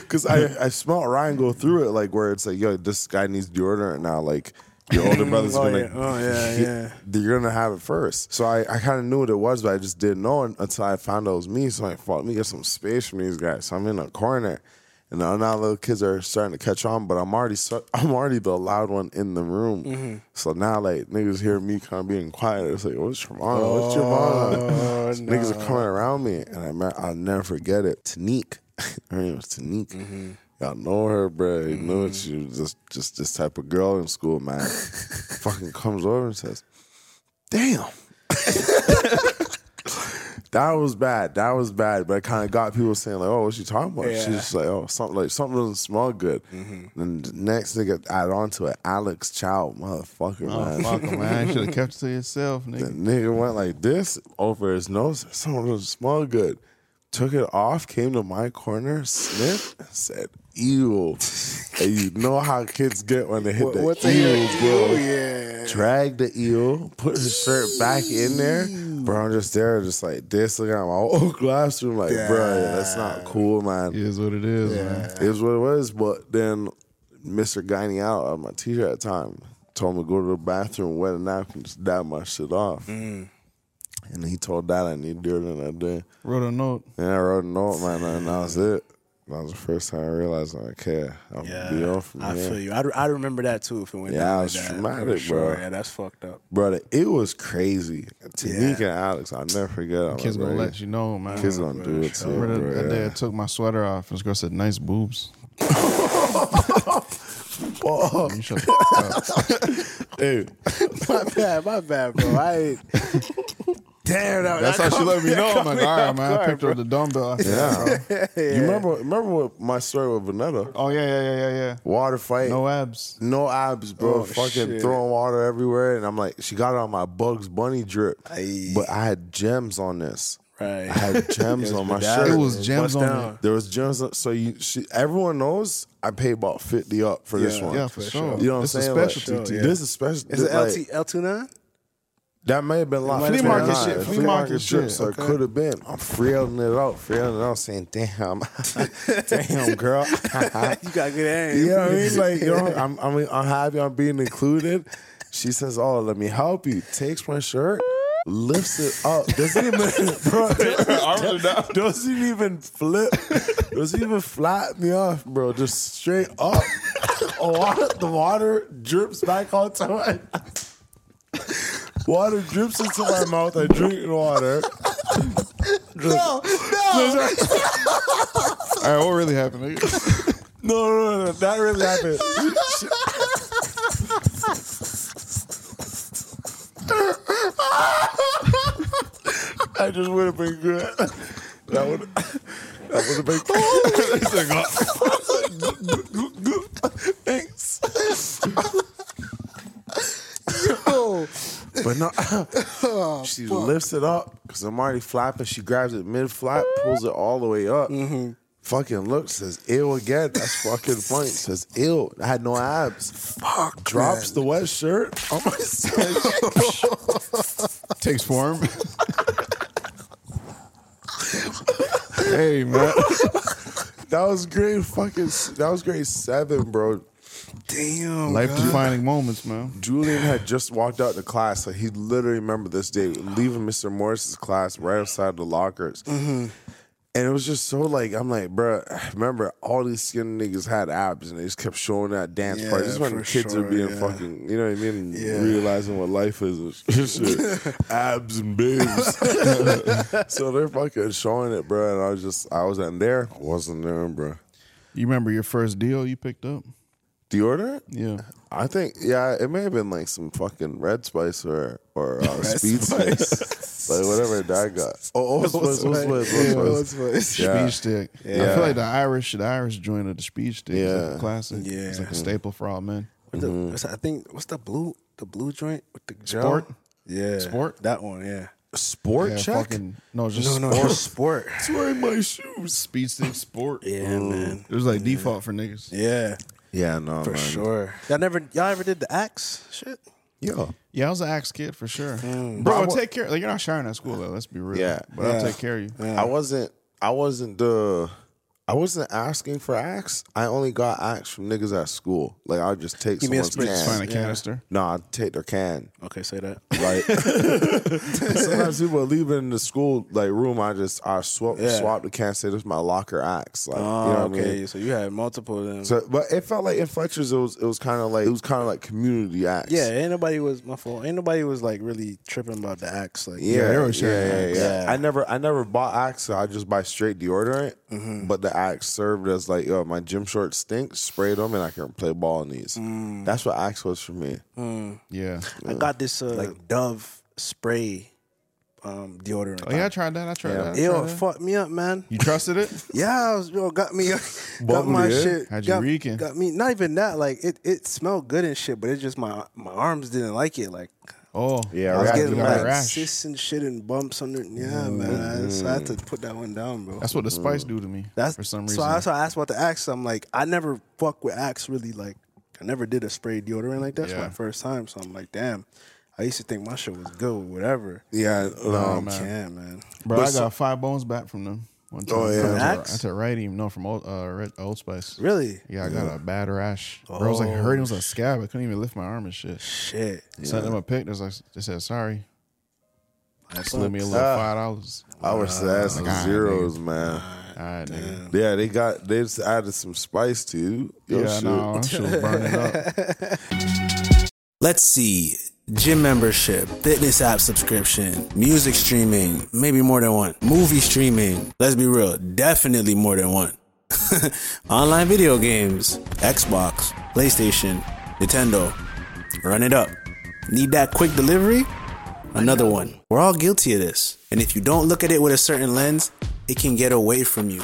Speaker 5: Because I, I smelled Ryan go through it, like where it's like, yo, this guy needs deodorant now. Like, your older brother's
Speaker 7: Oh,
Speaker 5: been
Speaker 7: yeah.
Speaker 5: like,
Speaker 7: Oh, yeah, yeah.
Speaker 5: You're gonna have it first. So I, I kind of knew what it was, but I just didn't know un- until I found out it was me. So I thought, let me get some space from these guys. So I'm in a corner, and now now little kids are starting to catch on. But I'm already so, I'm already the loud one in the room. So now like niggas hear me kind of being quiet. It's like, what's your mom? What's your mom? So Niggas are coming around me, and I met, I'll never forget it. Tanique, her name was Tanique. Y'all know her, bro. You know it. She was just just this type of girl in school, man. Fucking comes over and says, "Damn." That was bad. That was bad. But it kind of got people saying like, "Oh, what's she talking about?" She's
Speaker 7: Yeah.
Speaker 5: just like, "Oh, something like something doesn't smell good."
Speaker 4: Mm-hmm.
Speaker 5: And the next nigga add on to it, Alex Chow, motherfucker,
Speaker 4: Oh,
Speaker 5: man.
Speaker 4: fuck 'em, man. You should have kept it to yourself,
Speaker 5: The
Speaker 4: nigga.
Speaker 5: nigga went like this over his nose. Something doesn't smell good. Took it off, came to my corner, sniffed, and said, "Ew." and you know how kids get when they hit
Speaker 7: What-
Speaker 5: the
Speaker 7: what's a-
Speaker 5: ew, bro
Speaker 7: Oh yeah.
Speaker 5: dragged the eel, put his shirt back in there. Bro, I'm just there, just like this, looking at my old classroom, like, bro, yeah, that's not cool, man.
Speaker 4: It is what it is, man.
Speaker 5: It was what it was. But then Mr. Guiney out of my teacher at the time told me to go to the bathroom, wet a napkin, just dab my shit off.
Speaker 7: Mm.
Speaker 5: And he told that I need to do it, and I did.
Speaker 4: Wrote a note.
Speaker 5: And I wrote a note, man, and that was it. That was the first time I realized, like, okay, I'm
Speaker 7: Yeah,
Speaker 5: be off from
Speaker 7: I
Speaker 5: here.
Speaker 7: feel you. I, I remember that too. If it went
Speaker 5: Yeah,
Speaker 7: down
Speaker 5: I
Speaker 7: like
Speaker 5: was
Speaker 7: that, for
Speaker 5: traumatic,
Speaker 7: sure.
Speaker 5: bro.
Speaker 7: Yeah, that's fucked up.
Speaker 5: Brother, it was crazy. Tanika and
Speaker 7: Yeah.
Speaker 5: Alex, I'll never forget. I'm
Speaker 4: Kids
Speaker 5: like,
Speaker 4: gonna
Speaker 5: bro,
Speaker 4: let you know, man.
Speaker 5: Kids gonna do it too.
Speaker 4: I remember
Speaker 5: bro.
Speaker 4: that day I took my sweater off and this girl said, nice boobs. You shut the fuck up.
Speaker 5: Hey,
Speaker 7: my bad, my bad, bro. I ain't- damn that.
Speaker 4: That's
Speaker 7: that
Speaker 4: how she
Speaker 7: caught
Speaker 4: let
Speaker 7: me-
Speaker 4: me know.
Speaker 7: that
Speaker 4: I'm
Speaker 7: caught
Speaker 4: like,
Speaker 7: me
Speaker 4: all right,
Speaker 7: off
Speaker 4: Oh man. I
Speaker 7: guard,
Speaker 4: picked up the dumbbell. I said,
Speaker 5: yeah. You remember remember what my story with Vanetta?
Speaker 4: oh, yeah, yeah, yeah, yeah,
Speaker 5: Water
Speaker 4: yeah.
Speaker 5: fight.
Speaker 4: No abs.
Speaker 5: No abs, bro.
Speaker 7: Oh,
Speaker 5: Fucking
Speaker 7: shit.
Speaker 5: throwing water everywhere. And I'm like, she got it on my Bugs Bunny drip.
Speaker 7: Aye.
Speaker 5: But I had gems on this.
Speaker 7: Right.
Speaker 5: I had gems
Speaker 7: It was
Speaker 5: on my
Speaker 7: bedazzled.
Speaker 5: shirt.
Speaker 4: It was
Speaker 7: Bust
Speaker 4: gems on
Speaker 7: down.
Speaker 4: it.
Speaker 5: There was gems. on- So you, she, everyone knows I paid about 50 up for this
Speaker 7: Yeah.
Speaker 5: one.
Speaker 4: Yeah, for sure.
Speaker 5: You know what
Speaker 4: It's
Speaker 5: I'm
Speaker 4: a
Speaker 5: saying? Like,
Speaker 4: specialty to you.
Speaker 5: This is special.
Speaker 7: Is it
Speaker 5: like-
Speaker 7: LT L two nine?
Speaker 5: That may have been live.
Speaker 7: Flea market shit,
Speaker 4: flea market
Speaker 5: shit.
Speaker 4: shit,
Speaker 5: So
Speaker 4: okay.
Speaker 5: it could have been. I'm freeling it out, freeling it out, saying, damn, damn, girl.
Speaker 7: You got good aim.
Speaker 5: you know what I mean? Like, you know, I'm, I'm, I'm happy I'm being included. She says, oh, let me help you. Takes my shirt, lifts it up. Doesn't even, bro, doesn't even flip. Doesn't even flat me off, bro. Just straight up. Oh, water, the water drips back onto my Water drips into my mouth. I drink the water.
Speaker 7: No, no.
Speaker 4: All right, what really happened? nigga?
Speaker 5: No, no, no, no, that really happened. I just would have been good. That would that would have been Thanks. But no, she lifts it up because I'm already flapping. She grabs it mid flap, pulls it all the way up. Fucking looks says ill again. That's fucking funny. Says ill. I had no abs. Fuck. Drops the wet shirt. Oh my
Speaker 4: Takes form. hey, man.
Speaker 5: That was great. Fucking. That was grade seven, bro.
Speaker 7: Damn.
Speaker 4: Life defining moments, man.
Speaker 5: Julian had just walked out the class, so he literally remembered this day, leaving Mr. Morris's class right outside the lockers.
Speaker 7: Mm-hmm.
Speaker 5: And it was just so like, I'm like, bro, remember all these skinny niggas had abs and they just kept showing that dance
Speaker 7: Yeah,
Speaker 5: part. This is when
Speaker 7: for
Speaker 5: kids are
Speaker 7: sure,
Speaker 5: being
Speaker 7: yeah.
Speaker 5: fucking, you know what I mean?
Speaker 7: Yeah.
Speaker 5: Realizing what life is and shit. abs and boobs. so they're fucking showing it, bro. And I was just, I wasn't there. I wasn't there, bro.
Speaker 4: You remember your first deal you picked up?
Speaker 5: Do you order it?
Speaker 4: Yeah.
Speaker 5: I think yeah, it may have been like some fucking red spice or or uh, speed spice, like whatever that got. Oh, old spice, old spice, old
Speaker 4: Yeah.
Speaker 5: spice.
Speaker 4: Old
Speaker 7: Spice.
Speaker 5: Yeah.
Speaker 4: Speed stick. I
Speaker 5: Yeah.
Speaker 4: feel like the Irish, the Irish joint of the speed stick is like
Speaker 5: Yeah.
Speaker 4: a classic.
Speaker 7: Yeah.
Speaker 4: It's like a staple for all men.
Speaker 7: What's the-
Speaker 5: Mm-hmm.
Speaker 7: what's- I think what's the blue the blue joint with the gel?
Speaker 4: Sport?
Speaker 7: Yeah.
Speaker 4: Sport?
Speaker 7: That one, yeah.
Speaker 5: Sport
Speaker 4: Yeah,
Speaker 5: check.
Speaker 4: fucking- no, just
Speaker 7: No, no,
Speaker 4: sport.
Speaker 7: it's Oh, sport.
Speaker 5: It's wearing my shoes.
Speaker 4: Speed stick sport.
Speaker 7: Yeah, man.
Speaker 4: It was like default for niggas.
Speaker 7: Yeah.
Speaker 5: Yeah, no,
Speaker 7: For
Speaker 5: man.
Speaker 7: sure. Y'all never y'all ever did the axe shit?
Speaker 5: Yeah,
Speaker 4: Yeah, I was an axe kid for sure. Bro, I'll take care. Like you're not sharing at school though. Let's be real.
Speaker 5: Mm. Yeah.
Speaker 4: but I'll take care of you.
Speaker 5: I wasn't. I wasn't the. I wasn't asking for axe. I only got axe from niggas at school. Like I would just take
Speaker 7: Give me a
Speaker 5: someone's
Speaker 7: spritz.
Speaker 5: can.
Speaker 4: Find a
Speaker 7: Yeah.
Speaker 4: canister.
Speaker 5: No, I'd take their can.
Speaker 7: Okay, say that.
Speaker 5: Like sometimes people are leaving the school like room. I just I swap
Speaker 7: Yeah.
Speaker 5: swap the can. Say this is my locker axe. Like
Speaker 6: Ah,
Speaker 7: Oh,
Speaker 5: you know what
Speaker 7: okay.
Speaker 5: I mean.
Speaker 7: So you had multiple of them.
Speaker 5: So, but it felt like in Fletcher's, it was it was kind of like it was kind of like community acts.
Speaker 7: yeah, ain't nobody was my fault. Ain't nobody was like really tripping about the axe. Like
Speaker 5: Yeah,
Speaker 4: they
Speaker 5: yeah,
Speaker 4: were sharing
Speaker 5: yeah,
Speaker 4: acts.
Speaker 5: yeah.
Speaker 7: Yeah.
Speaker 5: I never, I never bought axe. So I just buy straight deodorant. But the axe served as like, yo, my gym shorts stink. Spray them, and I can play ball in these. That's what axe was for me.
Speaker 4: Yeah,
Speaker 7: I got this uh, like Dove spray
Speaker 6: um, deodorant.
Speaker 4: Oh yeah, I tried that. I tried that. I
Speaker 6: Yo,
Speaker 4: tried
Speaker 6: it
Speaker 4: that.
Speaker 6: fucked me up, man.
Speaker 4: You trusted it?
Speaker 6: Yeah, I was, yo, got me, got
Speaker 5: Bubbled
Speaker 6: my
Speaker 5: it?
Speaker 6: shit.
Speaker 4: How'd you
Speaker 6: got,
Speaker 4: reek it?
Speaker 6: Got me. Not even that. Like it, it smelled good and shit, but it just my my arms didn't like it. Like
Speaker 4: Oh
Speaker 5: Yeah,
Speaker 6: I was
Speaker 5: rash,
Speaker 6: getting
Speaker 5: you got a
Speaker 6: like
Speaker 4: rash.
Speaker 6: cysts and shit and bumps under. Yeah, man. So I had to put that one down, bro.
Speaker 4: That's what the spice do to me.
Speaker 6: Mm. That's
Speaker 4: for some
Speaker 6: so
Speaker 4: reason.
Speaker 6: that's why I asked about the Axe. I'm like, I never fuck with Axe really. Like, I never did a spray deodorant like that. That's
Speaker 4: Yeah.
Speaker 6: my first time. So I'm like, damn. I used to think my shit was good, whatever.
Speaker 5: Yeah,
Speaker 6: I
Speaker 5: um,
Speaker 4: man.
Speaker 6: can't, man.
Speaker 4: Bro, I got five bones back from them. One time.
Speaker 5: Oh,
Speaker 4: I
Speaker 5: yeah.
Speaker 4: took-
Speaker 6: Axe?
Speaker 4: I took right even no from old uh, Red, Old Spice.
Speaker 6: Really? Oh.
Speaker 4: Yeah, I got a bad rash. Bro, it was like hurting. It was like scab. I couldn't even lift my arm and shit.
Speaker 6: Shit.
Speaker 4: Sent them a pic. They was like, they said sorry. They slid me a little
Speaker 5: Ah.
Speaker 4: five dollars.
Speaker 5: I was ass some
Speaker 4: God,
Speaker 5: zeros, man.
Speaker 4: All right, nigga.
Speaker 5: Yeah, they got they just added some spice to you. Yo,
Speaker 4: yeah,
Speaker 5: shit.
Speaker 4: no, that shit was burning up.
Speaker 7: Let's see. Gym membership, fitness app subscription, music streaming, maybe more than one. Movie streaming, let's be real, definitely more than one. Online video games, Xbox, PlayStation, Nintendo. Run it up. Need that quick delivery? Another one. We're all guilty of this. And if you don't look at it with a certain lens, it can get away from you.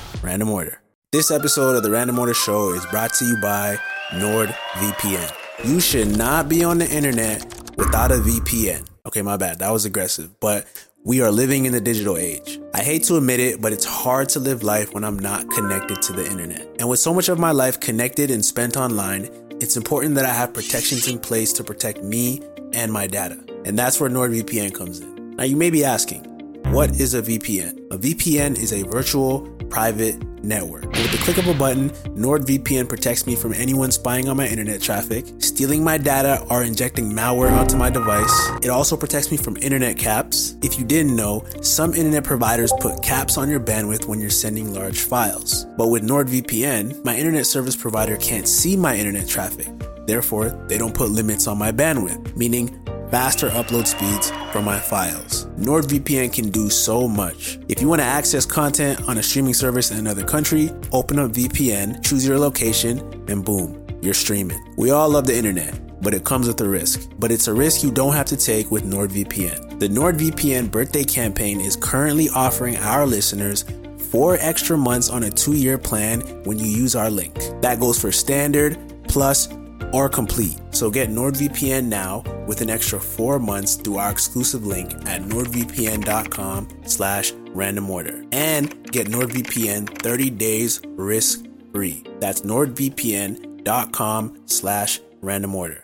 Speaker 7: Random Order. This episode of the Random Order Show is brought to you by NordVPN. You should not be on the internet without a VPN. Okay, my bad. That was aggressive, but we are living in the digital age. I hate to admit it, but it's hard to live life when I'm not connected to the internet. And with so much of my life connected and spent online, it's important that I have protections in place to protect me and my data. And that's where NordVPN comes in. Now, you may be asking, what is a VPN? A VPN is a virtual private network. With the click of a button, NordVPN protects me from anyone spying on my internet traffic, stealing my data, or injecting malware onto my device. It also protects me from internet caps. If you didn't know, some internet providers put caps on your bandwidth when you're sending large files. But with NordVPN, my internet service provider can't see my internet traffic. Therefore, they don't put limits on my bandwidth, meaning faster upload speeds for my files. NordVPN can do so much. If you want to access content on a streaming service in another country, open up VPN, choose your location, and boom, you're streaming. We all love the internet, but it comes with a risk. But it's a risk you don't have to take with NordVPN. The NordVPN birthday campaign is currently offering our listeners four extra months on a two year plan when you use our link. That goes for standard, plus, or complete. So get NordVPN now with an extra four months through our exclusive link at nordvpn.com slash random order. And get NordVPN 30 days risk free. That's nordvpn.com slash random order.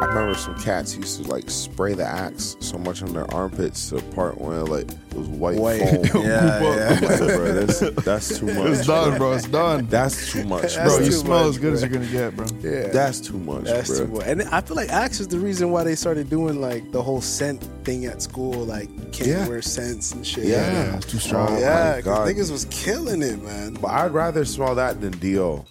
Speaker 5: I remember some cats used to like spray the axe so much on their armpits to the part where like it was white,
Speaker 6: White.
Speaker 5: foam.
Speaker 6: Yeah,
Speaker 5: I'm like, bro, that's, that's too much.
Speaker 4: It's done, bro. It's done.
Speaker 5: That's too much,
Speaker 6: That's
Speaker 4: bro,
Speaker 5: bro.
Speaker 4: you
Speaker 6: too
Speaker 4: smell
Speaker 6: much,
Speaker 4: as good as you're gonna get, bro.
Speaker 6: Yeah.
Speaker 5: That's too much,
Speaker 6: That's
Speaker 5: bro.
Speaker 6: too much. And I feel like Axe is the reason why they started doing like the whole scent thing at school. Like you can't
Speaker 5: Yeah.
Speaker 6: wear scents and shit.
Speaker 5: Yeah.
Speaker 4: Yeah, it's too strong.
Speaker 5: Oh,
Speaker 6: yeah.
Speaker 5: my
Speaker 6: 'cause
Speaker 5: God.
Speaker 6: niggas was killing it, man.
Speaker 5: But I'd rather smell that than do.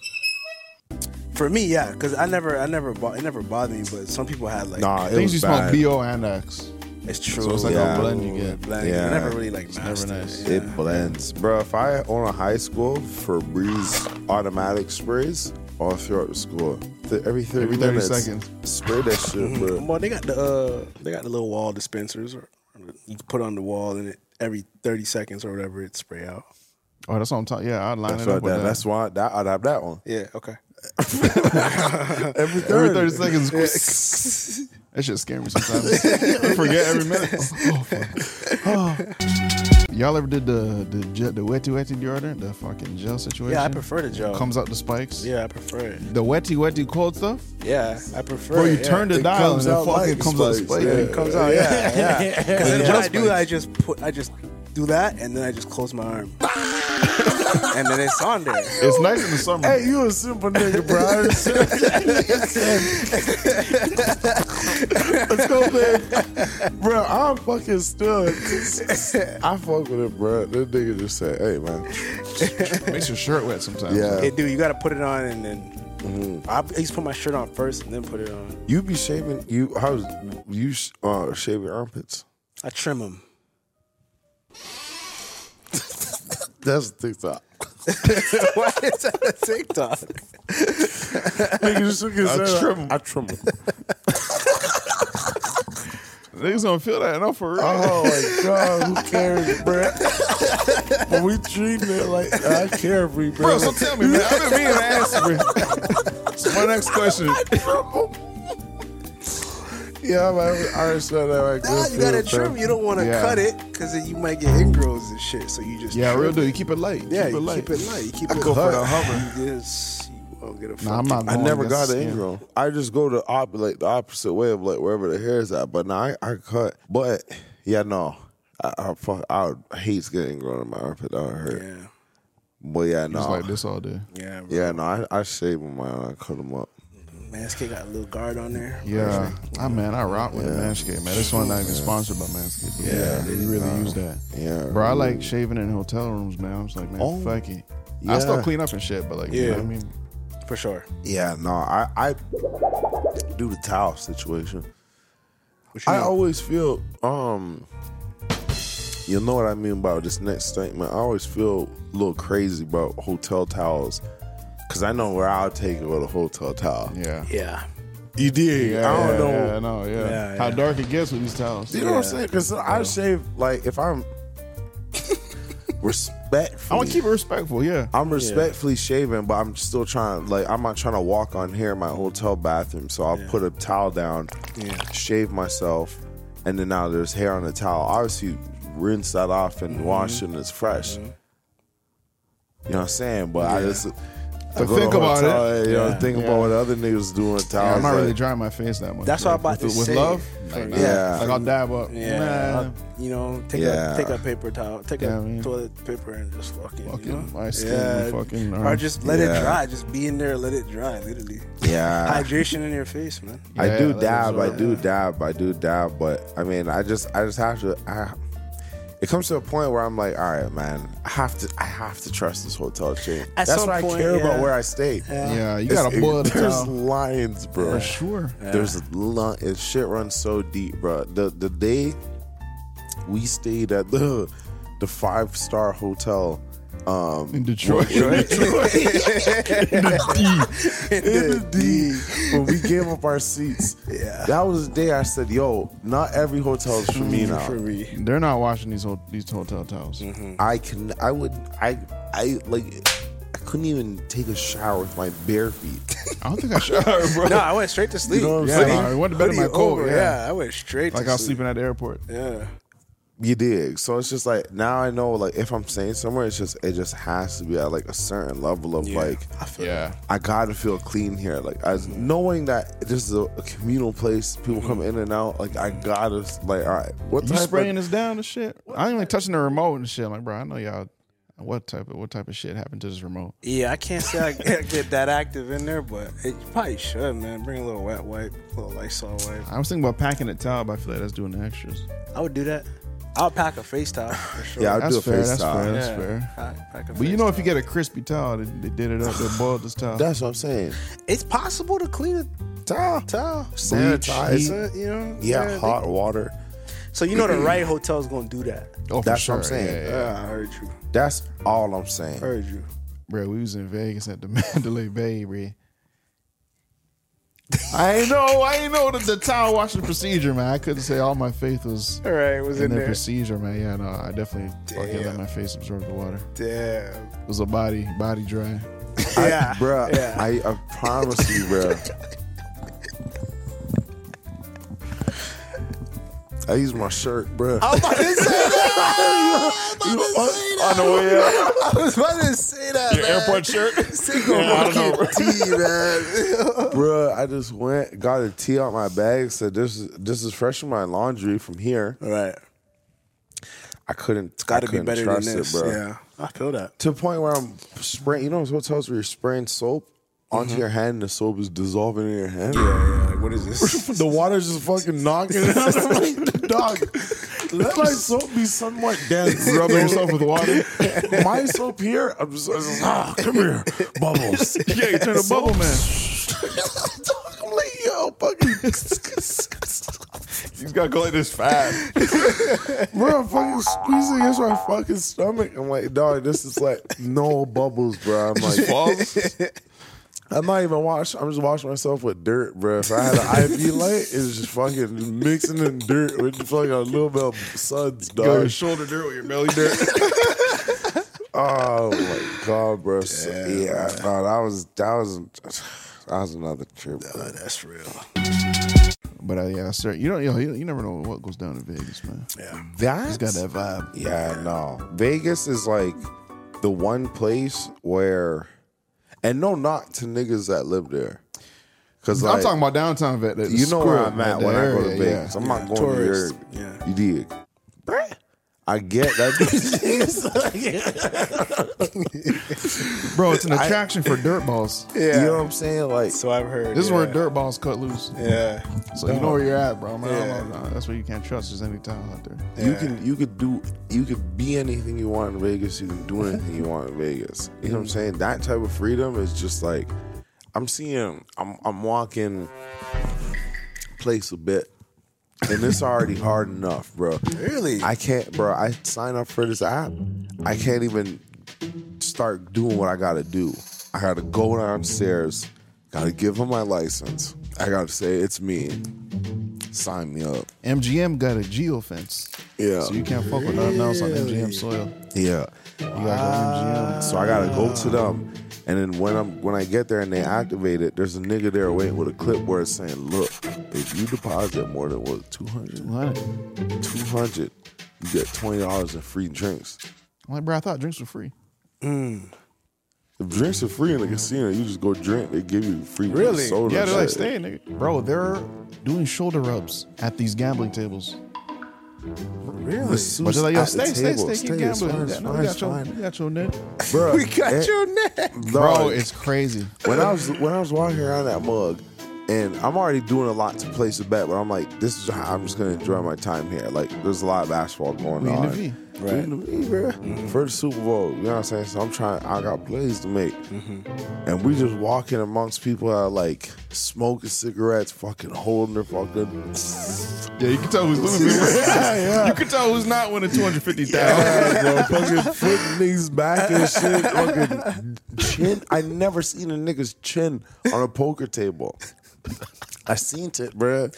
Speaker 6: For me, yeah, because I never, I never, bo- it never bothered me. But some people had like,
Speaker 5: Nah, it
Speaker 4: Things
Speaker 5: was
Speaker 4: you
Speaker 5: bad.
Speaker 4: smell bo and x.
Speaker 6: it's true.
Speaker 4: So it's like
Speaker 5: Yeah.
Speaker 4: a blend you get.
Speaker 6: Like,
Speaker 5: Yeah.
Speaker 6: I never really like.
Speaker 4: never
Speaker 6: mastered
Speaker 4: nice.
Speaker 6: It.
Speaker 5: It blends, bro. If I own a high school for breeze automatic sprays all throughout the school, Th- every thirty,
Speaker 4: Every 30
Speaker 5: minutes,
Speaker 4: seconds.
Speaker 5: spray that shit,
Speaker 6: Yeah.
Speaker 5: bro.
Speaker 6: Well, they got the, uh, they got the little wall dispensers. Or, or you can put on the wall, and it, every thirty seconds or whatever, it spray out.
Speaker 4: Oh, that's what I'm talking. Yeah, I'd line
Speaker 5: That's
Speaker 4: it
Speaker 5: why
Speaker 4: up with
Speaker 5: that,
Speaker 4: that.
Speaker 5: that's why that I'd have that one.
Speaker 6: Yeah. Okay.
Speaker 5: every
Speaker 4: Every
Speaker 5: third.
Speaker 4: 30 seconds. that shit scare me sometimes. I forget every minute. Oh, fuck. Oh. Y'all ever did the the jet the wetty wetty deodorant, the fucking gel situation?
Speaker 7: Yeah, I prefer the gel.
Speaker 4: Comes out the spikes.
Speaker 7: yeah, I prefer it.
Speaker 4: The wetty wetty cold stuff.
Speaker 7: Yeah, I prefer
Speaker 4: Bro, you
Speaker 7: it.
Speaker 4: turn
Speaker 7: yeah.
Speaker 4: the dial and
Speaker 5: comes
Speaker 4: it
Speaker 5: out
Speaker 4: fucking
Speaker 5: like
Speaker 4: comes out
Speaker 5: spikes,
Speaker 4: spikes.
Speaker 5: yeah.
Speaker 7: It comes out, yeah, yeah. 'Cause then
Speaker 4: Yeah.
Speaker 7: what I do, I just put, I just do that, and then I just close my arm, and then it's on there.
Speaker 4: It's nice in the summer.
Speaker 5: Hey, you a simple nigga, bro. I was Let's go, man. Bro, I'm fucking stunned. I fuck with it, bro. This nigga just said, hey, man.
Speaker 4: makes your shirt wet sometimes.
Speaker 5: Yeah.
Speaker 7: Hey, dude, you gotta put it on, and then I, I used to put my shirt on first, and then put it on.
Speaker 5: You be shaving, you, how's, you sh- uh, shave your armpits.
Speaker 7: I trim them.
Speaker 5: That's TikTok.
Speaker 7: Why is that a TikTok?
Speaker 5: Nigga just took his
Speaker 4: I
Speaker 5: head
Speaker 4: trim
Speaker 5: out.
Speaker 4: 'em.
Speaker 5: I trim 'em.
Speaker 4: Niggas don't feel that enough for real.
Speaker 5: Oh my god, who cares, bro? But we treating it like I care if we,
Speaker 4: Bro, so tell me, man. I've been meaning to ask, bro. So my next question.
Speaker 5: Yeah, I'm, I understand that. Like,
Speaker 7: Nah,
Speaker 5: good
Speaker 7: you gotta
Speaker 5: feel,
Speaker 7: trim.
Speaker 5: bro.
Speaker 7: You don't want to
Speaker 4: Yeah.
Speaker 7: cut it because then you might get ingrows and shit. So you just
Speaker 4: Yeah,
Speaker 7: trim
Speaker 4: real
Speaker 7: it.
Speaker 4: dude. You keep it light.
Speaker 7: Yeah,
Speaker 4: keep it
Speaker 7: you
Speaker 4: light.
Speaker 7: keep it light. You keep
Speaker 4: I
Speaker 7: it
Speaker 4: go for
Speaker 7: light.
Speaker 4: the hover.
Speaker 7: You just you won't get a
Speaker 4: Nah, I'm
Speaker 7: fucking-
Speaker 4: not
Speaker 5: I
Speaker 4: going
Speaker 5: never
Speaker 4: against
Speaker 5: got
Speaker 4: the
Speaker 5: an
Speaker 4: skin.
Speaker 5: ingrown. I just go to op- like the opposite way of like wherever the hair is at. But now I, I cut. But yeah, no, I, I fuck. I hate getting ingrown in my armpit. That would hurt.
Speaker 7: Yeah,
Speaker 5: But yeah, no.
Speaker 4: Just like this all day.
Speaker 7: yeah, bro.
Speaker 5: Yeah, no. I, I shave them. I cut them up.
Speaker 7: Manscaped got a little guard on there.
Speaker 4: Yeah. Ah, man, I rock with the Manscaped, man. This one not even sponsored by Manscaped. But yeah, they really use that.
Speaker 5: Yeah.
Speaker 4: Bro, I like shaving in hotel rooms, man. I was like, man,
Speaker 5: Oh,
Speaker 4: fuck it. I
Speaker 5: yeah.
Speaker 4: still clean up and shit, but like, you know
Speaker 7: Yeah.
Speaker 4: what I mean?
Speaker 7: for sure.
Speaker 5: Yeah, no. I I do the towel situation.
Speaker 7: What you
Speaker 5: I
Speaker 7: mean?
Speaker 5: always feel um you know what I mean about this next statement. I always feel a little crazy about hotel towels. Cause I know where I'll take it with a hotel towel.
Speaker 4: Yeah.
Speaker 7: yeah,
Speaker 5: You did.
Speaker 4: Yeah,
Speaker 5: I don't
Speaker 4: yeah,
Speaker 5: know.
Speaker 4: Yeah, I know, yeah.
Speaker 7: Yeah,
Speaker 4: How
Speaker 7: yeah.
Speaker 4: dark it gets with these towels.
Speaker 5: You know what I'm saying? Cause I shave like if I'm respectfully.
Speaker 4: I want to keep it respectful, yeah.
Speaker 5: I'm respectfully shaving, but I'm still trying. Like I'm not trying to walk on here in my hotel bathroom, so I'll put a towel down, shave myself, and then now there's hair on the towel. Obviously, rinse that off and wash it, and it's fresh. You know what I'm saying? But I just I
Speaker 4: But
Speaker 5: go to
Speaker 4: think about
Speaker 5: hotel,
Speaker 4: it.
Speaker 5: You know, think about what other niggas do with towels.
Speaker 4: I'm not really
Speaker 5: like,
Speaker 4: drying my face that much.
Speaker 7: That's what I'm
Speaker 4: Like,
Speaker 7: about
Speaker 4: with,
Speaker 7: to
Speaker 4: with
Speaker 7: say.
Speaker 4: love.
Speaker 7: For-
Speaker 4: Like,
Speaker 5: yeah.
Speaker 4: Nah, like I'll dab up.
Speaker 7: yeah.
Speaker 4: Nah.
Speaker 7: I'll- you know, take
Speaker 5: Yeah.
Speaker 7: a take a paper towel, take
Speaker 4: Yeah, I
Speaker 7: a
Speaker 4: mean-
Speaker 7: toilet paper, and just fucking,
Speaker 4: Fucking
Speaker 7: you know?
Speaker 4: my skin,
Speaker 7: yeah,
Speaker 4: fucking uh,
Speaker 7: or
Speaker 4: arms.
Speaker 7: just let
Speaker 5: Yeah.
Speaker 7: it dry. Just be in there, let it dry. Literally,
Speaker 5: Yeah.
Speaker 7: hydration in your face, man.
Speaker 5: I do
Speaker 4: Yeah, that
Speaker 5: dab,
Speaker 4: is
Speaker 5: I
Speaker 4: right.
Speaker 5: do dab, I do dab, but I mean, I just, I just have to. I, it comes to a point where I'm like, all right, man, I have to, I have to trust this hotel chain.
Speaker 7: At
Speaker 5: That's
Speaker 7: some
Speaker 5: why
Speaker 7: point,
Speaker 5: I care about
Speaker 7: yeah.
Speaker 5: where I stay.
Speaker 4: Yeah, you
Speaker 5: It's-
Speaker 4: got to boil the
Speaker 5: There's
Speaker 4: towel.
Speaker 5: lines, bro.
Speaker 4: For sure.
Speaker 5: There's li- it shit runs so deep, bro. The the day we stayed at the the five star hotel. Um,
Speaker 4: In Detroit.
Speaker 5: in the D when we gave up our seats.
Speaker 7: Yeah.
Speaker 5: That was the day I said, yo, not every hotel is for me now.
Speaker 7: For me,
Speaker 4: They're not washing these ho- these hotel towels.
Speaker 5: I can I would I I like I couldn't even take a shower with my bare feet.
Speaker 4: I don't think I should, bro.
Speaker 7: no, I went straight to sleep.
Speaker 5: know what I'm
Speaker 4: Yeah,
Speaker 5: Hoodie-
Speaker 4: I went to bed in my
Speaker 7: Hoodie
Speaker 4: coat.
Speaker 7: over,
Speaker 4: yeah.
Speaker 7: I went straight.
Speaker 4: like
Speaker 7: to
Speaker 4: I was sleeping at the airport.
Speaker 7: Yeah,
Speaker 5: you dig. So it's just like now I know like if I'm staying somewhere, it's just it just has to be at like a certain level of like
Speaker 7: I feel
Speaker 4: Yeah,
Speaker 5: I gotta feel clean here. Like as knowing that this is a, a communal place, people come in and out. Like I gotta like all right, what
Speaker 4: Mm-hmm. you
Speaker 5: type
Speaker 4: spraying
Speaker 5: of,
Speaker 4: this down and shit. I ain't even touching the remote and shit. I'm like, bro, I know y'all. What type of what type of shit happened to this remote?
Speaker 7: Yeah, I can't say I get get that active in there, but it, you probably should, man. Bring a little wet wipe, a little Lysol wipe.
Speaker 4: I was thinking about packing a towel, but I feel like that's doing the extras.
Speaker 7: I would do that. I'll pack a face towel for sure.
Speaker 5: Yeah, I'd
Speaker 4: That's
Speaker 5: do a
Speaker 4: fair.
Speaker 5: face
Speaker 4: That's
Speaker 5: towel.
Speaker 4: fair. That's
Speaker 7: Yeah,
Speaker 4: fair.
Speaker 7: pack- pack a
Speaker 4: But you
Speaker 7: face
Speaker 4: know,
Speaker 7: towel.
Speaker 4: if you get a crispy towel, they, they did it up. They boiled this towel.
Speaker 5: That's what I'm saying.
Speaker 7: it's possible to clean a
Speaker 5: Towel,
Speaker 7: towel. It's
Speaker 5: sanitize.
Speaker 7: a- you know,
Speaker 5: Yeah,
Speaker 7: they-
Speaker 5: hot water.
Speaker 7: So you know the right hotel's gonna do that.
Speaker 4: oh, for
Speaker 5: That's what I'm
Speaker 4: sure.
Speaker 5: saying.
Speaker 4: Yeah, yeah.
Speaker 7: Yeah, I heard you.
Speaker 5: That's all I'm saying.
Speaker 7: Heard you.
Speaker 4: Bro, we was in Vegas at the Mandalay Bay, bro. I ain't know, I ain't know the, the towel washing procedure, man. I couldn't say all my faith was
Speaker 7: All right, was
Speaker 4: in,
Speaker 7: in
Speaker 4: the
Speaker 7: there.
Speaker 4: procedure, man. Yeah, no, I definitely fucking let my face absorb the water.
Speaker 7: Damn.
Speaker 4: It was a body, body dry.
Speaker 5: yeah, bruh. I, I promise you, bruh. I use my shirt, bruh.
Speaker 7: I'm about to say that. I'm about to say that.
Speaker 5: on the way up.
Speaker 7: I was about to say that.
Speaker 8: Your
Speaker 7: man.
Speaker 8: airport shirt?
Speaker 7: Single
Speaker 8: Yeah, I don't
Speaker 7: market tea, man.
Speaker 5: Bruh, I just went, got a tee out my bag, said this is this is fresh from my laundry from here.
Speaker 7: All right.
Speaker 5: I couldn't
Speaker 7: Got
Speaker 5: I
Speaker 7: to be
Speaker 5: couldn't
Speaker 7: better than
Speaker 5: trust
Speaker 7: this.
Speaker 5: it, bruh.
Speaker 7: yeah. I feel that.
Speaker 5: To the point where I'm spraying you know those hotels where you're spraying soap onto your hand and the soap is dissolving in your hand?
Speaker 7: Mm-hmm. Yeah, yeah. Like, what is this?
Speaker 5: The water's just fucking knocking it out. I'm like, dog, let my soap be somewhat dense.
Speaker 4: Rubbing yourself with water.
Speaker 5: my soap here, I'm just, I'm just, ah, come here, bubbles.
Speaker 4: Yeah, you turn a bubble man.
Speaker 5: I'm like, yo, fucking,
Speaker 8: He's got to go like this fast.
Speaker 5: bro, I'm fucking squeezing against my fucking stomach. I'm like, dog, this is like no bubbles, bro. I'm like,
Speaker 8: Balls.
Speaker 5: I'm not even wash. I'm just washing myself with dirt, bro. If I had an IV light, it's just fucking mixing in dirt with fucking a little bit of suds, dog.
Speaker 4: Go to shoulder dirt with your belly dirt.
Speaker 5: Oh my god, bro! So, yeah, no, that was that was that was another trip. bro.
Speaker 7: That's real.
Speaker 4: But uh, yeah, sir, you don't. Yo, you, you never know what goes down in Vegas, man.
Speaker 7: Yeah.
Speaker 4: It's
Speaker 5: That
Speaker 4: got that vibe.
Speaker 5: yeah, no. Vegas is like the one place where, and no, not to niggas that live there, because
Speaker 4: I'm talking about downtown Vet.
Speaker 5: you know where I'm at when I go to Vegas. I'm not going
Speaker 7: Tourist,
Speaker 5: to your,
Speaker 7: yeah.
Speaker 5: you dig, I get that,
Speaker 4: bro. It's an attraction for dirt balls.
Speaker 5: you know what I'm saying? Like,
Speaker 7: So I've heard.
Speaker 4: This is
Speaker 7: yeah.
Speaker 4: where dirt balls cut loose.
Speaker 7: Yeah.
Speaker 4: So you know where you're at, bro. Man, I don't
Speaker 7: Yeah.
Speaker 4: know, nah, that's where you can't trust. There's any town out there.
Speaker 5: You can you could do you could be anything you want in Vegas. You can do anything you want in Vegas. You know what I'm saying? That type of freedom is just like I'm seeing. I'm I'm walking place a bit, and it's already hard enough, bro.
Speaker 7: Really?
Speaker 5: I can't, bro. I sign up for this app. I can't even start doing what I gotta do. I gotta go downstairs. Gotta give them my license. I gotta say it's me. Sign me up.
Speaker 4: MGM got a geo fence.
Speaker 5: Yeah.
Speaker 4: So you can't fuck with nothing else on MGM soil.
Speaker 5: Yeah.
Speaker 4: You gotta go MGM.
Speaker 5: So I gotta go to them, and then when I'm when I get there and they activate it, there's a nigga there waiting with a clipboard saying, "Look, if you deposit more than what 200,
Speaker 4: What?
Speaker 5: 200, you get twenty dollars in free drinks.
Speaker 4: I'm like, bro, I thought drinks were free.
Speaker 5: If drinks are free in the casino, you just go drink. They give you free
Speaker 7: Really?
Speaker 5: soda.
Speaker 4: Yeah,
Speaker 5: and
Speaker 4: they're like
Speaker 5: shit.
Speaker 4: staying, nigga. Bro, they're doing shoulder rubs at these gambling tables.
Speaker 5: Really?
Speaker 4: But they're like, yo,
Speaker 5: At
Speaker 4: stay,
Speaker 5: the
Speaker 4: stay,
Speaker 5: table.
Speaker 4: stay, keep
Speaker 5: it's
Speaker 4: gambling.
Speaker 5: fine, it's
Speaker 4: No,
Speaker 5: fine,
Speaker 4: we
Speaker 5: it's
Speaker 4: got your,
Speaker 5: fine.
Speaker 4: we got your net.
Speaker 5: Bruh,
Speaker 7: We got
Speaker 5: eh,
Speaker 7: your neck.
Speaker 4: Bro,
Speaker 5: dog,
Speaker 4: it's crazy.
Speaker 5: when I was when I was walking around that mug, and I'm already doing a lot to place a bet, but I'm like, this is how I'm just gonna enjoy my time here. Like, there's a lot of basketball going
Speaker 4: We in
Speaker 5: on.
Speaker 4: the V.
Speaker 5: We in the V, bruh. For the Super Bowl, you know what I'm saying? So I'm trying. I got plays to make, and we just walking amongst people that are like smoking cigarettes, fucking holding their fucking.
Speaker 4: Yeah, you can tell who's losing. yeah, You can tell who's not winning 250000
Speaker 5: Yeah, bro, fucking flipping niggas back and shit. Fucking chin. I never seen a nigga's chin on a poker table. I seen it, bruh.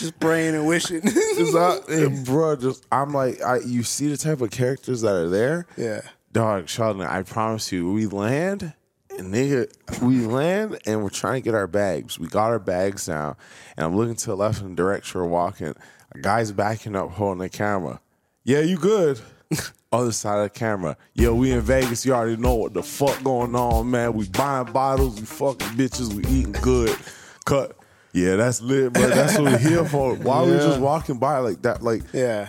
Speaker 7: Just praying and wishing.
Speaker 5: It's not, and bro, just I'm like, I you see the type of characters that are there.
Speaker 7: yeah.
Speaker 5: Dog, Sheldon, I promise you, we land and nigga, we land and we're trying to get our bags. We got our bags now, and I'm looking to the left and the direction we're walking. A guy's backing up holding the camera. Yeah, you good. Other side of the camera. Yo, we in Vegas. You already know what the fuck going on, man. We buying bottles, we fucking bitches, we eating good. Cut. Yeah, that's lit, bro. That's what we're here for. Why we
Speaker 7: Yeah.
Speaker 5: just walking by like that? Like
Speaker 7: Yeah.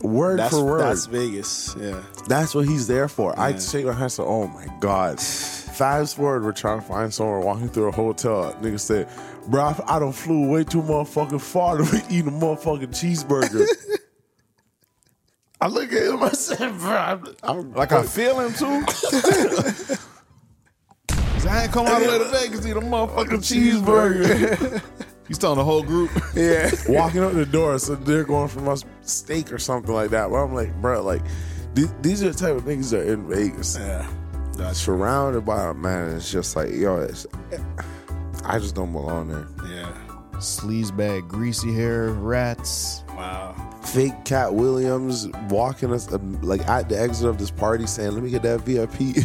Speaker 5: word
Speaker 7: That's,
Speaker 5: for word.
Speaker 7: that's Vegas. Yeah.
Speaker 5: That's what he's there for. I shake my hand and say, oh my God. Fast forward, we're trying to find somewhere walking through a hotel. Nigga said, bro, I- I done flew way too motherfucking far to be eating a motherfucking cheeseburger. I look at him, I said, bro, I'm, I'm
Speaker 4: Like, I feel him too. 'Cause I ain't come out of Little Vegas to eat a motherfucking cheeseburger. He's telling the whole group.
Speaker 5: yeah. walking up the door. So they're going for my steak or something like that. But I'm like, bro, like, th- these are the type of niggas that are in Vegas.
Speaker 7: Yeah.
Speaker 5: Surrounded by a man, it's just like, yo, it's, I just don't belong there.
Speaker 7: Yeah.
Speaker 4: Sleaze bag, greasy hair, rats.
Speaker 7: Wow.
Speaker 5: fake Cat Williams walking us um, like at the exit of this party saying, "Let me get that VIP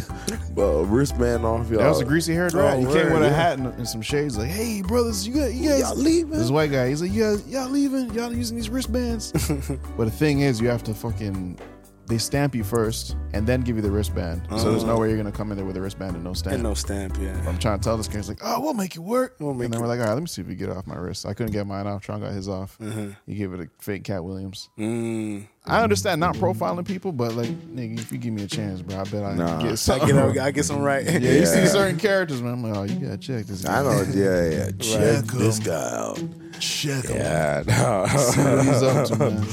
Speaker 5: uh, wristband off, y'all."
Speaker 4: That was a greasy haired rat.
Speaker 5: Oh,
Speaker 4: He came with
Speaker 5: word,
Speaker 4: a
Speaker 5: yeah.
Speaker 4: hat and, and some shades. Like, hey brothers, you got you guys
Speaker 5: Y'all leaving?
Speaker 4: This white guy. He's like, you guys, y'all leaving? Y'all using these wristbands? but the thing is, you have to fucking. They stamp you first and then give you the wristband. so there's no way you're gonna come in there with a wristband and no stamp.
Speaker 7: And no stamp, yeah.
Speaker 4: I'm trying to tell this kid, he's like, oh, we'll make it work.
Speaker 7: We'll make
Speaker 4: and then
Speaker 7: it-
Speaker 4: we're like, all right, let me see if we get it off my wrist. I couldn't get mine off. Tron got his off. He gave it a fake Cat Williams.
Speaker 7: Mm-hmm. Mm.
Speaker 4: I understand not profiling people, but like, nigga, if you give me a chance, bro, I bet I
Speaker 5: Nah.
Speaker 4: get
Speaker 7: I
Speaker 4: something.
Speaker 7: get, I, get some right.
Speaker 4: Yeah, you see certain characters, man. I'm like, oh, you gotta check this.
Speaker 5: I know, yeah, yeah. Check this
Speaker 4: him.
Speaker 5: guy out.
Speaker 4: Check him.
Speaker 5: Yeah, no.
Speaker 4: What he's up to, man.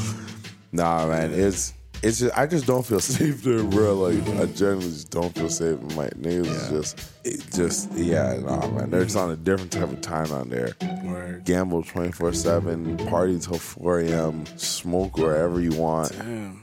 Speaker 5: Nah, man, it's it's just I just don't feel safe there, bro. Like
Speaker 7: Mm-hmm.
Speaker 5: I generally just don't feel safe. And my niggas is just it just yeah, nah, man. They're just on a different type of time out there. Gamble twenty four seven, party till four a.m., smoke wherever you want.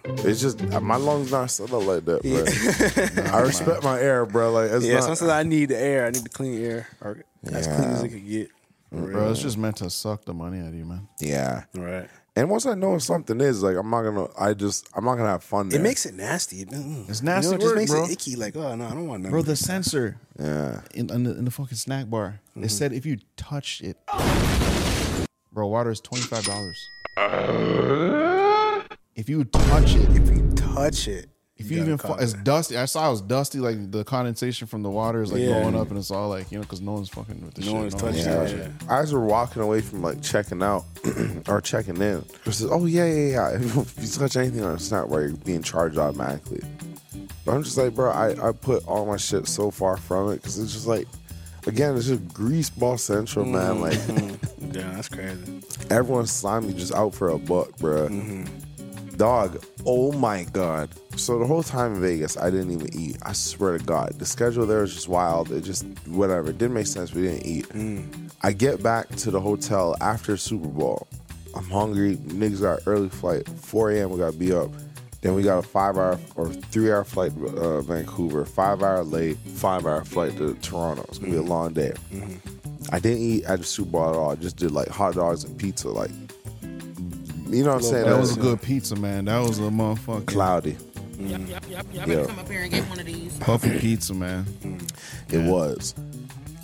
Speaker 5: It's just my lungs not set up like that, bro. I respect my air, bro. Like it's
Speaker 7: Yeah,
Speaker 5: not,
Speaker 7: sometimes I need the air. I need the clean air, or as clean as
Speaker 5: Yeah.
Speaker 7: it could get.
Speaker 4: Bro, it's just meant to suck the money out of you, man.
Speaker 5: yeah.
Speaker 7: Right.
Speaker 5: And once I know what something is, like I'm not gonna, I just I'm not gonna have fun. There.
Speaker 7: It makes it nasty. Mm.
Speaker 4: It's
Speaker 7: You know,
Speaker 4: nasty
Speaker 7: it just
Speaker 4: word,
Speaker 7: makes
Speaker 4: bro.
Speaker 7: it icky. Like, oh no, I don't want that.
Speaker 4: Bro, the sensor
Speaker 5: yeah.
Speaker 4: in, in, the, in the fucking snack bar,
Speaker 7: Mm-hmm.
Speaker 4: it said if you touch it, bro, water is twenty five dollars. If you touch it,
Speaker 7: if you touch it,
Speaker 4: if you, even fu- it's dusty. I saw it was dusty, like the condensation from the water is like
Speaker 7: Yeah.
Speaker 4: going up, and it's all like you know, because no one's fucking with the shit.
Speaker 7: no one's touching
Speaker 5: Yeah.
Speaker 7: it.
Speaker 5: As we're walking away from like checking out or checking in, it says, "Oh yeah, yeah, yeah." If you touch anything on a snap, where you're being charged automatically. But I'm just like, bro, I, I put all my shit so far from it because it's just like, again, it's just grease ball central, man. Like
Speaker 7: Yeah, that's crazy.
Speaker 5: everyone's slimy just out for a buck, bro. Dog, oh my god. So the whole time in Vegas, I didn't even eat. I swear to God, the schedule there was just wild. It just whatever. It didn't make sense. We didn't eat. I get back to the hotel after Super Bowl. I'm hungry. Niggas got early flight. 4 a.m. We got to be up. Then we got a five hour or three hour flight to uh, Vancouver. Five hour late. Five hour flight to Toronto. It's gonna be a long day. I didn't eat at the Super Bowl at all. I just did like hot dogs and pizza. Like, you know what I'm saying?
Speaker 4: That was a good pizza, man. That was a motherfucking
Speaker 5: cloudy.
Speaker 3: Y'all, y'all, y'all, y'all better
Speaker 5: Mm. Yeah.
Speaker 3: come up here and get one of these.
Speaker 4: puffy pizza, man.
Speaker 5: It was.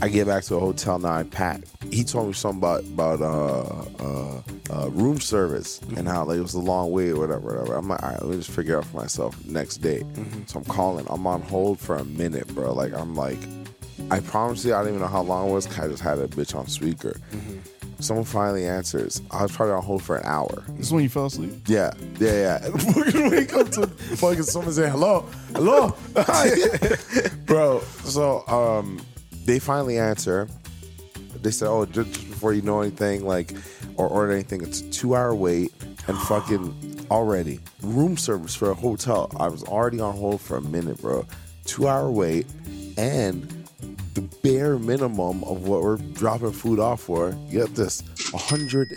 Speaker 5: I get back to the hotel now. I pack. He told me something about about uh, uh, uh, room service and how like it was a long way or whatever, whatever. I'm like, all right, let me just figure it out for myself next day. So I'm calling. I'm on hold for a minute, bro. Like I'm like, I promise you, I don't even know how long it was. 'cause I just had a bitch on speaker. Someone finally answers. I was probably on hold for an hour.
Speaker 4: This is when you fell asleep.
Speaker 5: Yeah, yeah, yeah. fucking wake up to fucking someone saying hello, hello, Hi." bro. So um, they finally answer. They said, "Oh, ju- just before you know anything, like or order anything, it's a two-hour wait and fucking already room service for a hotel. I was already on hold for a minute, bro. Two-hour wait and." The bare minimum of what we're dropping food off for, get this,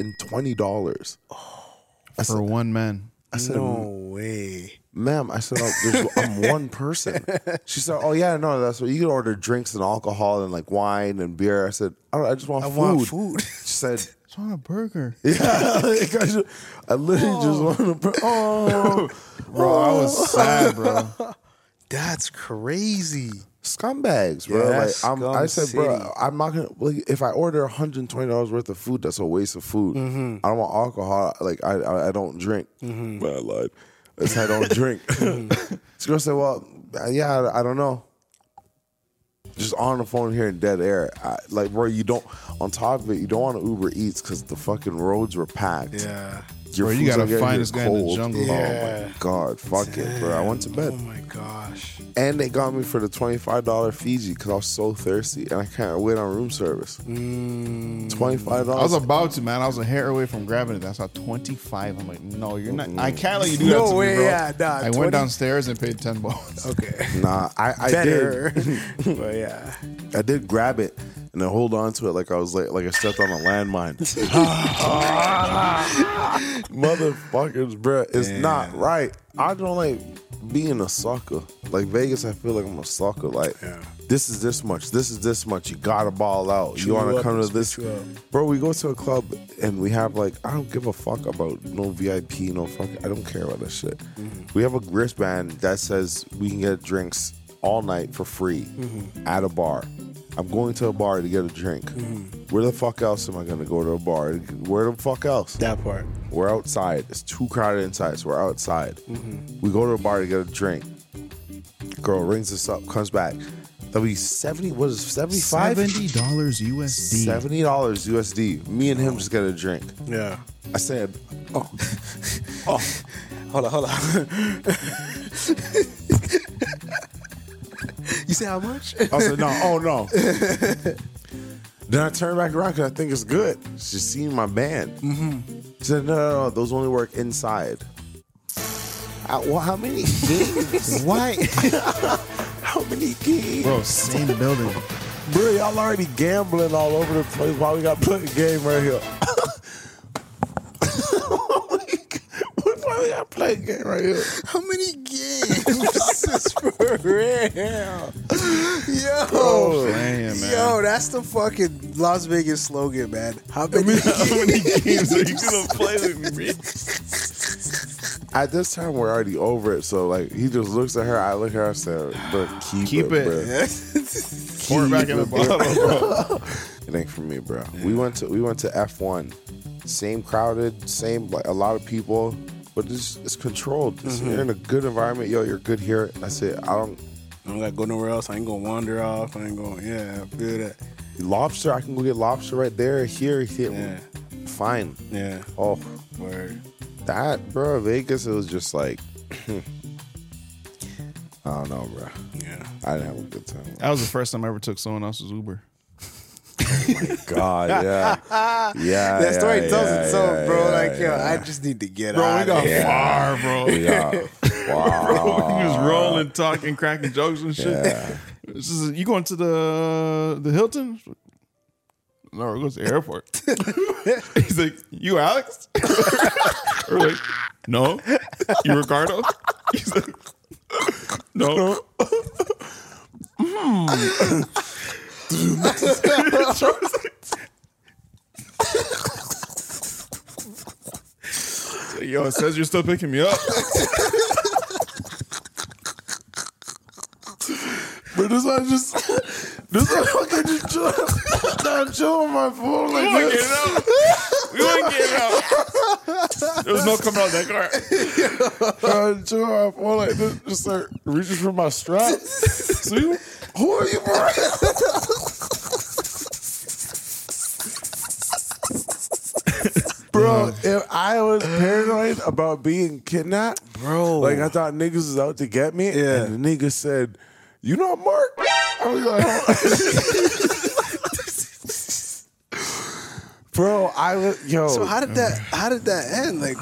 Speaker 5: $120.
Speaker 4: for one man.
Speaker 5: I said,
Speaker 7: No way.
Speaker 5: ma'am, I said, oh, there's, I'm one person. She said, oh, yeah, no, that's what you can order drinks and alcohol and like wine and beer. I said, I, don't, I just want
Speaker 7: I
Speaker 5: food.
Speaker 7: want food.
Speaker 5: She said,
Speaker 4: It's on a burger.
Speaker 5: yeah, like, I, just, I literally just want to, bro. Oh,
Speaker 4: Bro, I was sad, bro.
Speaker 7: That's crazy.
Speaker 5: scumbags, bro.
Speaker 7: Yeah,
Speaker 5: like, I'm, I
Speaker 7: scum
Speaker 5: said,
Speaker 7: city.
Speaker 5: bro, I'm not gonna. Like, if I order 120 dollars worth of food, that's a waste of food.
Speaker 4: Mm-hmm.
Speaker 5: I don't want alcohol. Like, I I, I don't drink. But I lied. I said I don't drink.
Speaker 4: Mm-hmm.
Speaker 5: This girl said, well, yeah, I, I don't know. Just on the phone here in dead air, I, like bro, you don't. On top of it, you don't want to Uber Eats because the fucking roads were packed.
Speaker 7: Yeah.
Speaker 5: Your
Speaker 4: Bro, you
Speaker 5: food's
Speaker 4: gotta
Speaker 5: gonna get
Speaker 4: find
Speaker 5: here
Speaker 4: this guy in the jungle.
Speaker 5: Oh my god, fuck it, bro. I went to bed
Speaker 7: Oh my gosh.
Speaker 5: and they got me for the twenty five dollar Fiji because I was so thirsty and I can't wait on room service. Twenty five
Speaker 4: I was
Speaker 5: dollars.
Speaker 4: about to, man. I was a hair away from grabbing it. That's how 25. I'm like, no, you're not. I can't let you do
Speaker 7: Mm. No
Speaker 4: that to
Speaker 7: way,
Speaker 4: me, bro.
Speaker 7: yeah, nah,
Speaker 4: I
Speaker 7: 20
Speaker 4: went downstairs and paid 10 bucks.
Speaker 7: Okay.
Speaker 5: Nah, I, I
Speaker 7: Better.
Speaker 5: did.
Speaker 7: but yeah.
Speaker 5: I did grab it and then hold on to it like I was like like I stepped on a landmine. Motherfuckers, bruh. It's not right. I don't like. being a sucker. Like Vegas, I feel like I'm a sucker. Like this is this much. This is this much. You gotta ball out. you
Speaker 7: Chew
Speaker 5: wanna
Speaker 7: you up
Speaker 5: come
Speaker 7: and
Speaker 5: to this
Speaker 7: spit you out.
Speaker 5: bro, we go to a club and we have like I don't give a fuck about no VIP, no fuck I don't care about that shit. We have a wristband that says we can get drinks all night for free at a bar. I'm going to a bar to get a drink. Where the fuck else am I gonna go to a bar? Where the fuck else?
Speaker 7: That part.
Speaker 5: We're outside. It's too crowded inside, so we're outside. We go to a bar to get a drink. Girl rings us up, comes back. That'll be 70, what is it, 75?
Speaker 4: Seventy dollars USD.
Speaker 5: $70 USD. Me and him just get a drink.
Speaker 7: Yeah.
Speaker 5: I said,
Speaker 7: Oh. oh. Hold on, hold on. you say how much?
Speaker 5: I said, no, oh no. then I turn back around because I think it's good. She's seen my band. Mm-hmm. She said, no, no, no, those only work inside. I, well, how many games? Why? how many games?
Speaker 4: Bro, same building.
Speaker 5: Bro, y'all already gambling all over the place. Why we got to play a game right here? Why we got to play a game right here?
Speaker 7: How many games? this is for real. Yo.
Speaker 4: Damn, man.
Speaker 7: Yo, that's the fucking Las Vegas slogan, man. How many games?
Speaker 8: games are you gonna play with me?
Speaker 5: At this time, we're already over it. So, like, he just looks at her. I look at her. I said, bro, keep,
Speaker 4: Keep
Speaker 5: it,
Speaker 4: it.
Speaker 5: bro.
Speaker 4: Pour it back in the bottle, bro.
Speaker 5: It ain't for me, bro. We went to we went to F one, same crowded, same like a lot of people, but it's it's controlled. It's- You're in a good environment, yo. You're good here. That's it. I don't
Speaker 7: I don't gotta go nowhere else. I ain't gonna wander off. I ain't gonna, yeah, I feel that.
Speaker 5: lobster. I can go get lobster right there, here, here.
Speaker 7: Yeah.
Speaker 5: Fine.
Speaker 7: Yeah.
Speaker 5: Oh,
Speaker 7: Word.
Speaker 5: that, bro. Vegas. It was just like, I don't know, bro.
Speaker 7: Yeah.
Speaker 5: I didn't have a good time.
Speaker 4: That was the first time I ever took someone else's Uber.
Speaker 5: God, yeah, yeah.
Speaker 7: That story
Speaker 5: yeah,
Speaker 7: tells
Speaker 5: yeah,
Speaker 7: itself,
Speaker 5: yeah,
Speaker 7: bro.
Speaker 5: yeah,
Speaker 7: like, yo,
Speaker 5: yeah.
Speaker 7: I just need to get
Speaker 4: Bro, we
Speaker 7: out.
Speaker 4: got
Speaker 7: of here.
Speaker 4: far, bro.
Speaker 5: Yeah. Wow.
Speaker 4: he was rolling, talking, cracking jokes and shit. This is- you going to the the Hilton? No, we're going to the airport. He's like, you Alex? we're like, no. You Ricardo? He's like, no. Hmm. It's like, Yo, it says you're still picking me up.
Speaker 5: But this one just, this one fucking just chill- down chill on my phone like
Speaker 4: We wouldn't
Speaker 5: this.
Speaker 4: get it out. We wouldn't get it out. There was no coming out that car.
Speaker 5: Down chill on my phone like this. Just like reaches for my strap. See? Who are you, bro? Bro, if I was paranoid about being kidnapped,
Speaker 7: Bro.
Speaker 5: like I thought niggas was out to get me,
Speaker 7: Yeah.
Speaker 5: and the nigga said, "You know, Mark." I was like, "Oh." "Bro, I was yo."
Speaker 7: So how did that? How did that end? Like,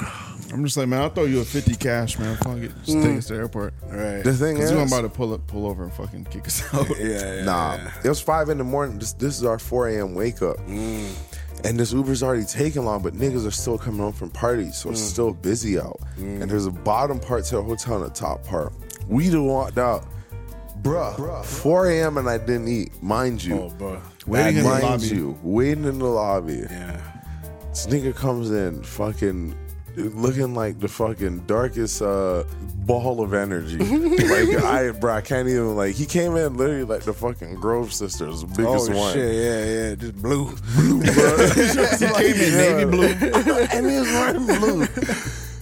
Speaker 4: I'm just like, man, I'll throw you a 50 cash, man. Fuck it. Just take us to the airport.
Speaker 7: right?
Speaker 5: the thing
Speaker 4: Because
Speaker 5: is,
Speaker 4: you want about to pull up, pull over and fucking kick us out.
Speaker 7: yeah, yeah.
Speaker 5: Nah, it was five in the morning. This, this is our four a.m. wake up,
Speaker 7: Mm.
Speaker 5: and this Uber's already taking long, but niggas are still coming home from parties, so
Speaker 7: Mm.
Speaker 5: it's still busy out. And there's a bottom part to the hotel and a top part. We done walked out, bruh, four a.m. and I didn't eat, mind you.
Speaker 7: Oh, bro.
Speaker 4: Waiting in the
Speaker 5: mind
Speaker 4: lobby.
Speaker 5: you, waiting in the lobby.
Speaker 7: Yeah.
Speaker 5: This nigga comes in, fucking. Looking like the fucking darkest uh, ball of energy. like I, bro, I can't even like. He came in literally like the fucking Grove sisters,
Speaker 7: Oh
Speaker 5: biggest one.
Speaker 7: shit! Yeah, yeah. Just blue.
Speaker 5: He came in navy blue, and he was wearing blue.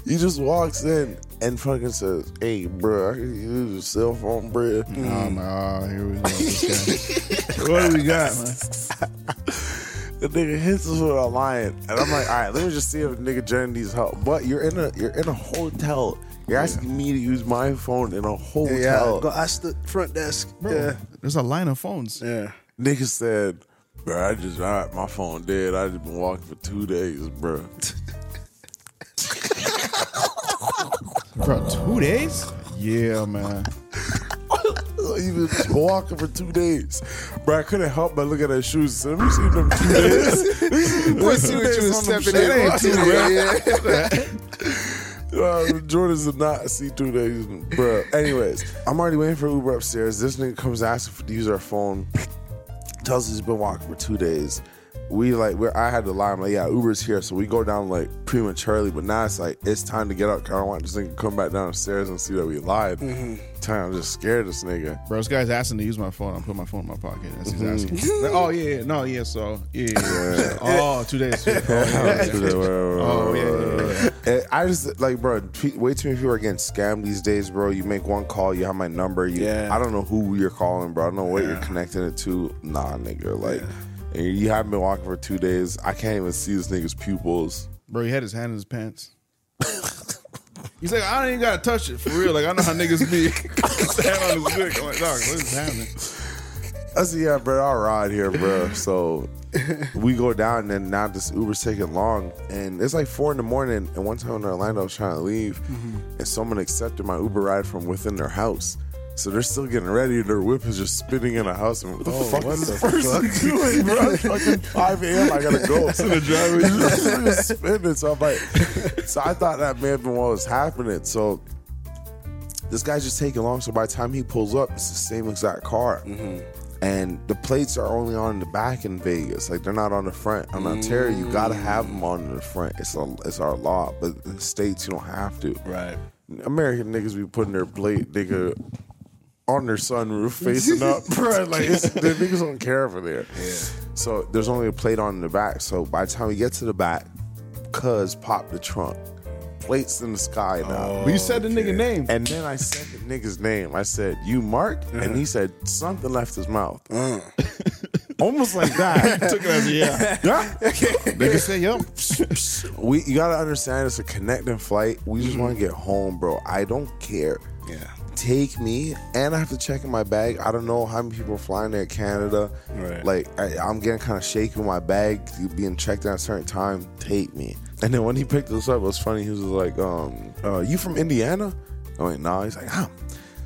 Speaker 5: He just walks in and fucking says, "Hey, bro, I can use your cell phone, bro."
Speaker 4: I'm like, ah, here we go. This guy. what do we got, man?
Speaker 5: The nigga hits us with a line, and I'm like, "All right, let me just see if the nigga Jenny needs help." But you're in a you're in a hotel. You're asking me to use my phone in a hotel.
Speaker 7: Go ask the front desk.
Speaker 4: Bro,
Speaker 7: Yeah.
Speaker 4: There's a line of phones.
Speaker 7: Yeah.
Speaker 5: Nigga said, bro, I just, all right, my phone dead. I just been walking for two days, bro.
Speaker 4: Bro, two days? Yeah, man.
Speaker 5: Even walking for two days. Bro, I couldn't help but look at her shoes. So let me see them two days.
Speaker 7: Boy, see what you
Speaker 5: Days
Speaker 7: was
Speaker 5: on them
Speaker 7: stepping
Speaker 5: shit.
Speaker 7: in.
Speaker 5: That ain't two days.
Speaker 7: Yeah, yeah.
Speaker 5: Uh, Jordans are not see through days, bro. Anyways, I'm already waiting for Uber upstairs. This nigga comes asking for to use our phone. Tells us he's been walking for two days. We like, we're, I had to lie. I'm like, yeah, Uber's here, so we go down like prematurely. But now it's like it's time to get up. Cause I don't want this nigga to come back downstairs and see that we lied. Time, I'm just scared of this nigga.
Speaker 4: Bro, this guy's asking to use my phone. I'm putting my phone in my pocket. That's he's asking. Like, oh yeah, yeah, no, yeah. So yeah, yeah, yeah. oh two days. Oh, yeah.
Speaker 5: oh
Speaker 4: yeah, yeah,
Speaker 5: I just like, bro. pe- Way too many people are getting scammed these days, bro. You make one call, you have my number. You,
Speaker 7: Yeah.
Speaker 5: I don't know who you're calling, bro. I don't know what you're connecting it to. Nah, nigga. Like, and you haven't been walking for two days. I can't even see this nigga's pupils.
Speaker 4: Bro, he had his hand in his pants. He's like, I don't even gotta touch it for real. Like I know how niggas be. His hand on his dick. I'm like, dog, what is happening?
Speaker 5: I said, yeah, bro, I'll ride here, bro. So we go down, and then now this Uber's taking long. And it's like four in the morning. And one time in Orlando, I was trying to leave, and someone accepted my Uber ride from within their house. So they're still getting ready. Their whip is just spinning in the house. And what the fuck is this person doing, bro? It's fucking 5 a.m. I gotta go. It's in the driveway. just spinning. So I'm like, so I thought that may have been what was happening. So this guy's just taking long. So by the time he pulls up, it's the same exact car. And the plates are only on the back in Vegas. Like they're not on the front. On Ontario, you gotta have them on the front. It's a, it's our law. But in the states, you don't have to.
Speaker 7: Right.
Speaker 5: American niggas be putting their plate, nigga, on their sunroof facing up, bro. Like it's, the niggas don't care over there. So there's only a plate on the back. So by the time we get to the back, cuz pop the trunk, plates in the sky now.
Speaker 4: But you said the nigga name.
Speaker 5: And then I said the nigga's name. I said, "You Mark," and he said something left his mouth, almost like that.
Speaker 4: Took it as a yeah.
Speaker 5: Yeah.
Speaker 4: Nigga said, yo.
Speaker 5: we you gotta understand it's a connecting flight. We just want to get home, bro. I don't care.
Speaker 7: Yeah.
Speaker 5: Take me, and I have to check in my bag. I don't know how many people are flying there, Canada.
Speaker 7: Right.
Speaker 5: Like I, I'm getting kind of shaky with my bag being checked at a certain time. Take me. And then when he picked us up, it was funny. He was like, um, uh, "You from Indiana?" I'm like, "Nah." He's like, "Huh."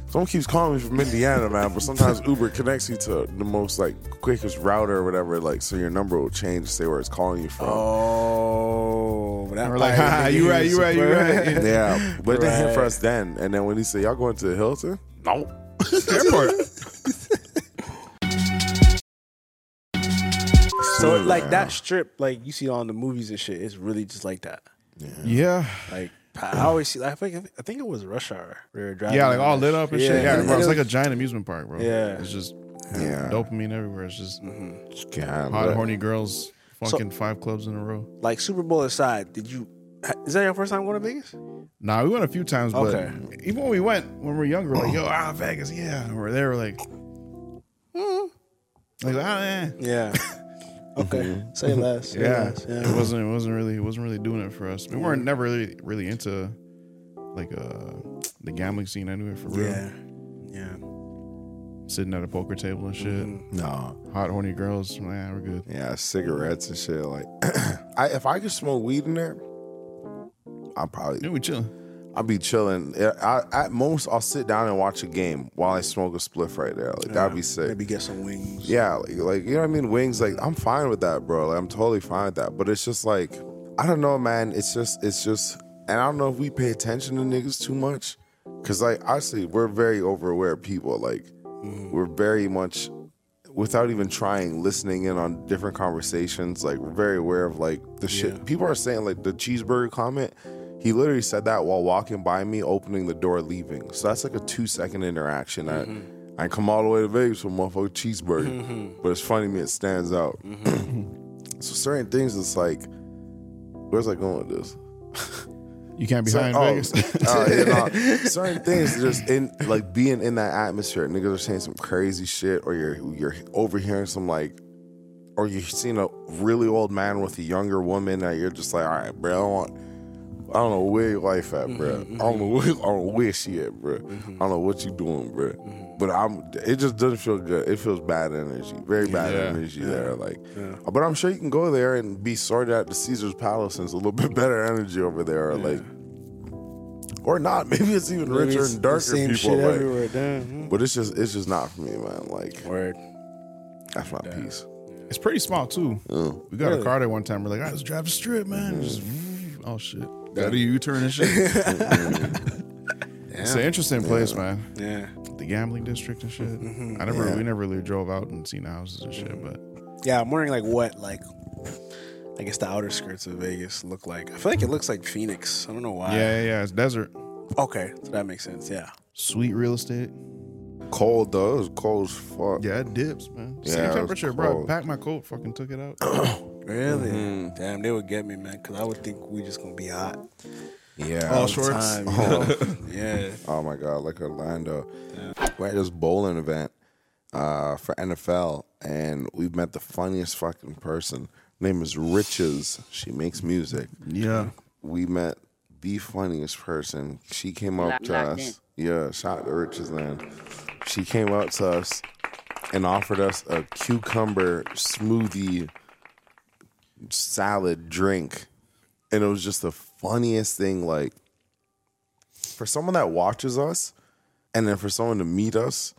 Speaker 5: Someone keeps calling me from Indiana, man, but sometimes Uber connects you to the most like quickest router or whatever, like so your number will change to say where it's calling you from.
Speaker 7: Oh, that
Speaker 4: We're like, ha, you right, you right, you right.
Speaker 5: Yeah, but they hit for
Speaker 7: Right.
Speaker 5: us then, and then when he said, "Y'all going to the Hilton?" No.
Speaker 7: So like that strip, like you see on the movies and shit, it's really just like that.
Speaker 4: Yeah.
Speaker 7: Like I always see. I think I think it was Rush Hour. We were driving.
Speaker 4: Yeah, like
Speaker 7: on
Speaker 4: all
Speaker 7: that
Speaker 4: lit up and
Speaker 7: shit.
Speaker 4: shit. Yeah, bro. It's
Speaker 7: it
Speaker 4: like a
Speaker 7: was-
Speaker 4: giant amusement park, bro.
Speaker 7: Yeah.
Speaker 4: It's just
Speaker 5: Yeah.
Speaker 4: dopamine everywhere. It's just
Speaker 5: God,
Speaker 4: hot,
Speaker 5: but-
Speaker 4: horny girls fucking five clubs in a row.
Speaker 7: like Super Bowl aside. Did you? Is that your first time going to Vegas?
Speaker 4: Nah, we went a few times, but
Speaker 7: Okay.
Speaker 4: even when we went when we were younger, we're like, yo, ah, Vegas, yeah. And we're there, we're like, mm. like ah, eh.
Speaker 7: Yeah. okay. Say less. Say
Speaker 4: Mm-hmm. yeah.
Speaker 7: less.
Speaker 4: It wasn't. It wasn't really. It wasn't really doing it for us. We weren't never really really into like uh the gambling scene. I knew it for real.
Speaker 7: Yeah. Yeah.
Speaker 4: Sitting at a poker table and shit.
Speaker 5: No.
Speaker 4: Hot horny girls. Man, we're good.
Speaker 5: Mm-hmm. Yeah, cigarettes and shit. Like, I, if I could smoke weed in there, I
Speaker 4: Yeah,
Speaker 5: probably
Speaker 4: we chilling.
Speaker 5: I'd be chilling. I, I- at most, I'll sit down and watch a game while I smoke a spliff right there. Like that'd be sick.
Speaker 7: Maybe get some wings.
Speaker 5: Yeah, like, like you know what I mean. Wings, like I'm fine with that, bro. Like I'm totally fine with that. But it's just like I don't know, man. It's just it's just, and I don't know if we pay attention to niggas too much, cause like honestly, we're very overaware people. Like we're very much, without even trying, listening in on different conversations. Like we're very aware of like the shit people are saying. Like the cheeseburger comment. He literally said that while walking by me, opening the door, leaving. So that's like a two second interaction. that I come all the way to Vegas for a motherfucking cheeseburger. But it's funny to me, it stands out. so certain things, it's like, where's I going with this?
Speaker 4: You can't be high in Vegas.
Speaker 5: oh, yeah, nah. Certain things just in like being in that atmosphere. Niggas are saying some crazy shit, or you're you're overhearing some like, or you're seeing a really old man with a younger woman that you're just like, all right, bro, I don't want. I don't know where your wife at,
Speaker 7: Mm-hmm,
Speaker 5: bro. I don't know where, I don't know where she at, bro. I don't know what you doing, bro.
Speaker 7: Mm-hmm.
Speaker 5: But I'm. It just doesn't feel good. It feels bad energy, very bad energy there. Like, but I'm sure you can go there and be sorted out to Caesar's Palace, and it's a little bit better energy over there. Or like, or not. Maybe it's even
Speaker 7: Maybe
Speaker 5: richer
Speaker 7: it's
Speaker 5: and
Speaker 7: the
Speaker 5: darker
Speaker 7: same
Speaker 5: people.
Speaker 7: shit
Speaker 5: like-
Speaker 7: everywhere. Damn.
Speaker 5: But it's just it's just not for me, man. Like
Speaker 7: Word.
Speaker 5: that's my piece.
Speaker 4: It's pretty small too. We got a car there one time. We're like, all right, let's drive the strip, man. Just, oh shit. Better you turn and shit. It's an interesting place, man.
Speaker 7: Yeah.
Speaker 4: The gambling district and shit.
Speaker 5: Mm-hmm.
Speaker 4: I never, we never really drove out and seen the houses and shit, but
Speaker 5: Mm.
Speaker 7: Yeah, I'm wondering like what like I guess the outer skirts of Vegas look like. I feel like it looks like Phoenix. I don't know why.
Speaker 4: yeah, yeah, yeah, it's desert.
Speaker 7: Okay, so that makes sense. Yeah.
Speaker 4: Sweet real estate.
Speaker 5: Cold though. It was cold as fuck.
Speaker 4: Yeah, it dips, man.
Speaker 5: Yeah, it
Speaker 4: Same
Speaker 5: was
Speaker 4: temperature, bro.
Speaker 5: cold.
Speaker 4: Packed my coat, fucking took it out.
Speaker 7: Really?
Speaker 5: Mm-hmm.
Speaker 7: Damn, they would get me, man. Cause I would think we just gonna be hot.
Speaker 5: Yeah.
Speaker 4: All
Speaker 5: Oh,
Speaker 4: shorts.
Speaker 7: Time, you know? yeah.
Speaker 5: my god, like Orlando. We're at this bowling event uh, for NFL, and we met the funniest fucking person. Her name is Riches. She makes music.
Speaker 4: Yeah.
Speaker 5: we met the funniest person. She came up to
Speaker 3: locked
Speaker 5: us. Yeah, shout out to Riches Land. She came up to us and offered us a cucumber smoothie salad drink. And it was just the funniest thing. Like, for someone that watches us, and then for someone to meet us,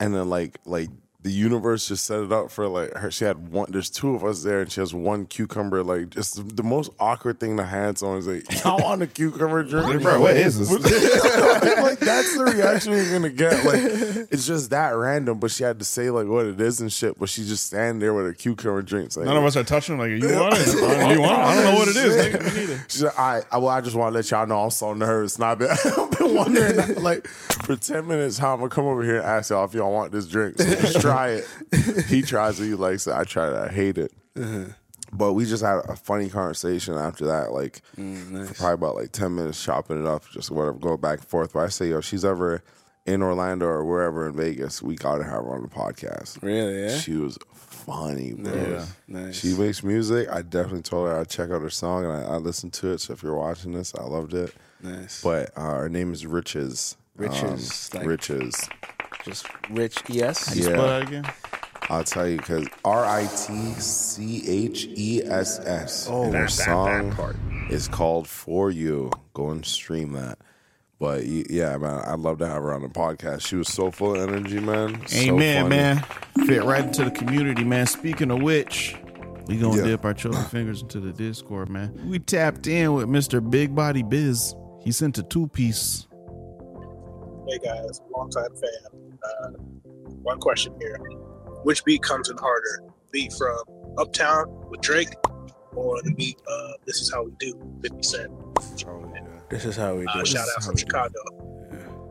Speaker 5: and then like like the universe just set it up for like her. She had one. There's two of us there, and she has one cucumber. Like just the most awkward thing to hand someone is like, "I want a cucumber drink."
Speaker 4: Bro, what is this?
Speaker 5: like, like, that's the reaction you're gonna get. Like it's just that random. But she had to say like what it is and shit. But she just standing there with her cucumber drinks. Like,
Speaker 4: None of us are touching. Like, you want it? You want it? I don't know what it is. nigga. We need it.
Speaker 5: She's like, all right, I, well, I just want to let y'all know I'm so nervous. And I've been, I've been wondering, like, for 10 minutes, how I'm going to come over here and ask y'all if y'all want this drink. So just try it. He tries it. He likes it. I tried it. I hate it.
Speaker 7: Uh-huh.
Speaker 5: But we just had a funny conversation after that, like,
Speaker 7: Mm,
Speaker 5: for probably about like 10 minutes chopping it up, just whatever, go back and forth. But I say, yo, if she's ever in Orlando or wherever in Vegas, we got to have her on the podcast.
Speaker 7: Really, yeah?
Speaker 5: She was funny, bro.
Speaker 7: Nice.
Speaker 5: She makes music. I definitely told her I'd check out her song and I, I listened to it. So if you're watching this, I loved it.
Speaker 7: nice.
Speaker 5: But uh, her name is Riches. Um,
Speaker 7: Riches, like-
Speaker 5: Riches.
Speaker 7: just rich ES.
Speaker 4: Spell
Speaker 5: Yeah.
Speaker 4: that again.
Speaker 5: I'll tell you because R I T C H E S S. Oh, and her song is called For You. Go and stream that. But y- yeah, man, I'd love to have her on the podcast. She was so full of energy, man. So
Speaker 4: Amen,
Speaker 5: funny.
Speaker 4: man. Fit right into the community, man. Speaking of which, we gonna
Speaker 5: Yeah.
Speaker 4: dip our children fingers into the Discord, man. We tapped in with Mr. Big Body Biz. He sent a two piece.
Speaker 9: Hey guys, long time fan. Uh, one question here: Which beat comes in harder? Beat from Uptown with Drake, or the beat uh, "This Is How We Do" Fifty Cent?
Speaker 7: This is how we do.
Speaker 9: Uh,
Speaker 7: it.
Speaker 9: shout out from Chicago.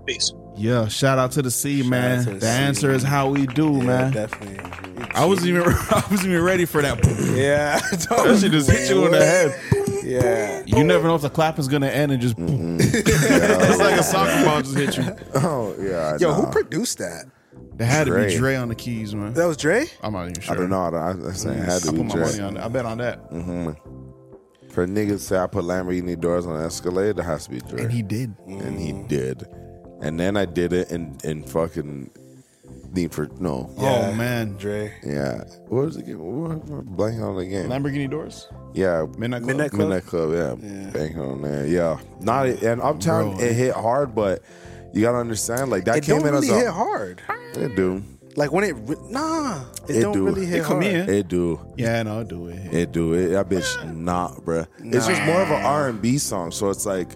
Speaker 9: Peace.
Speaker 4: Yeah, shout out to the C,
Speaker 7: Shout
Speaker 4: man.
Speaker 7: out to the
Speaker 4: the
Speaker 7: C,
Speaker 4: answer is
Speaker 7: man.
Speaker 4: how we do,
Speaker 7: Yeah,
Speaker 4: man.
Speaker 7: definitely.
Speaker 4: I wasn't even I wasn't even ready for that. that
Speaker 7: Yeah.
Speaker 4: shit just hit you in the head.
Speaker 7: Yeah.
Speaker 4: You never know if the clap is gonna end and just
Speaker 5: Mm-hmm.
Speaker 4: it's like a soccer ball just hit you.
Speaker 5: Oh, yeah.
Speaker 7: Yo,
Speaker 5: nah.
Speaker 7: who produced that?
Speaker 4: There had to be
Speaker 5: Dre.
Speaker 4: Dre on the keys, man.
Speaker 7: That was Dre.
Speaker 4: I'm not even sure.
Speaker 5: I don't know. I, I, I said it
Speaker 4: I
Speaker 5: had to
Speaker 4: put
Speaker 5: be Mm.
Speaker 4: my
Speaker 5: Drake.
Speaker 4: money on that. I bet on that.
Speaker 5: For niggas say I put Lamborghini doors on an Escalade, that has to be Drake.
Speaker 4: And he did.
Speaker 5: And he
Speaker 7: Mm.
Speaker 5: did. And then I did it in, in fucking Need for No.
Speaker 4: Oh man.
Speaker 7: Dre.
Speaker 5: Yeah. What was the game? What, what, blank on the game.
Speaker 4: Lamborghini doors?
Speaker 5: yeah.
Speaker 4: Midnight Club?
Speaker 7: Midnight Club?
Speaker 5: Midnight Club. Yeah. Blank on there. Yeah. Not and Uptown.
Speaker 4: Bro.
Speaker 5: It hit hard, but you gotta understand, like that
Speaker 7: It
Speaker 5: came
Speaker 7: don't
Speaker 5: in
Speaker 7: really
Speaker 5: as a.
Speaker 7: hit hard.
Speaker 5: It do.
Speaker 7: Like when it re- nah, it,
Speaker 5: It
Speaker 7: don't
Speaker 5: do.
Speaker 7: really hit
Speaker 4: It come
Speaker 7: hard.
Speaker 4: in.
Speaker 5: It do.
Speaker 4: Yeah, no, I'll do it.
Speaker 5: It do. It, that bitch not, bruh. It's just more of an R and B song, so it's like.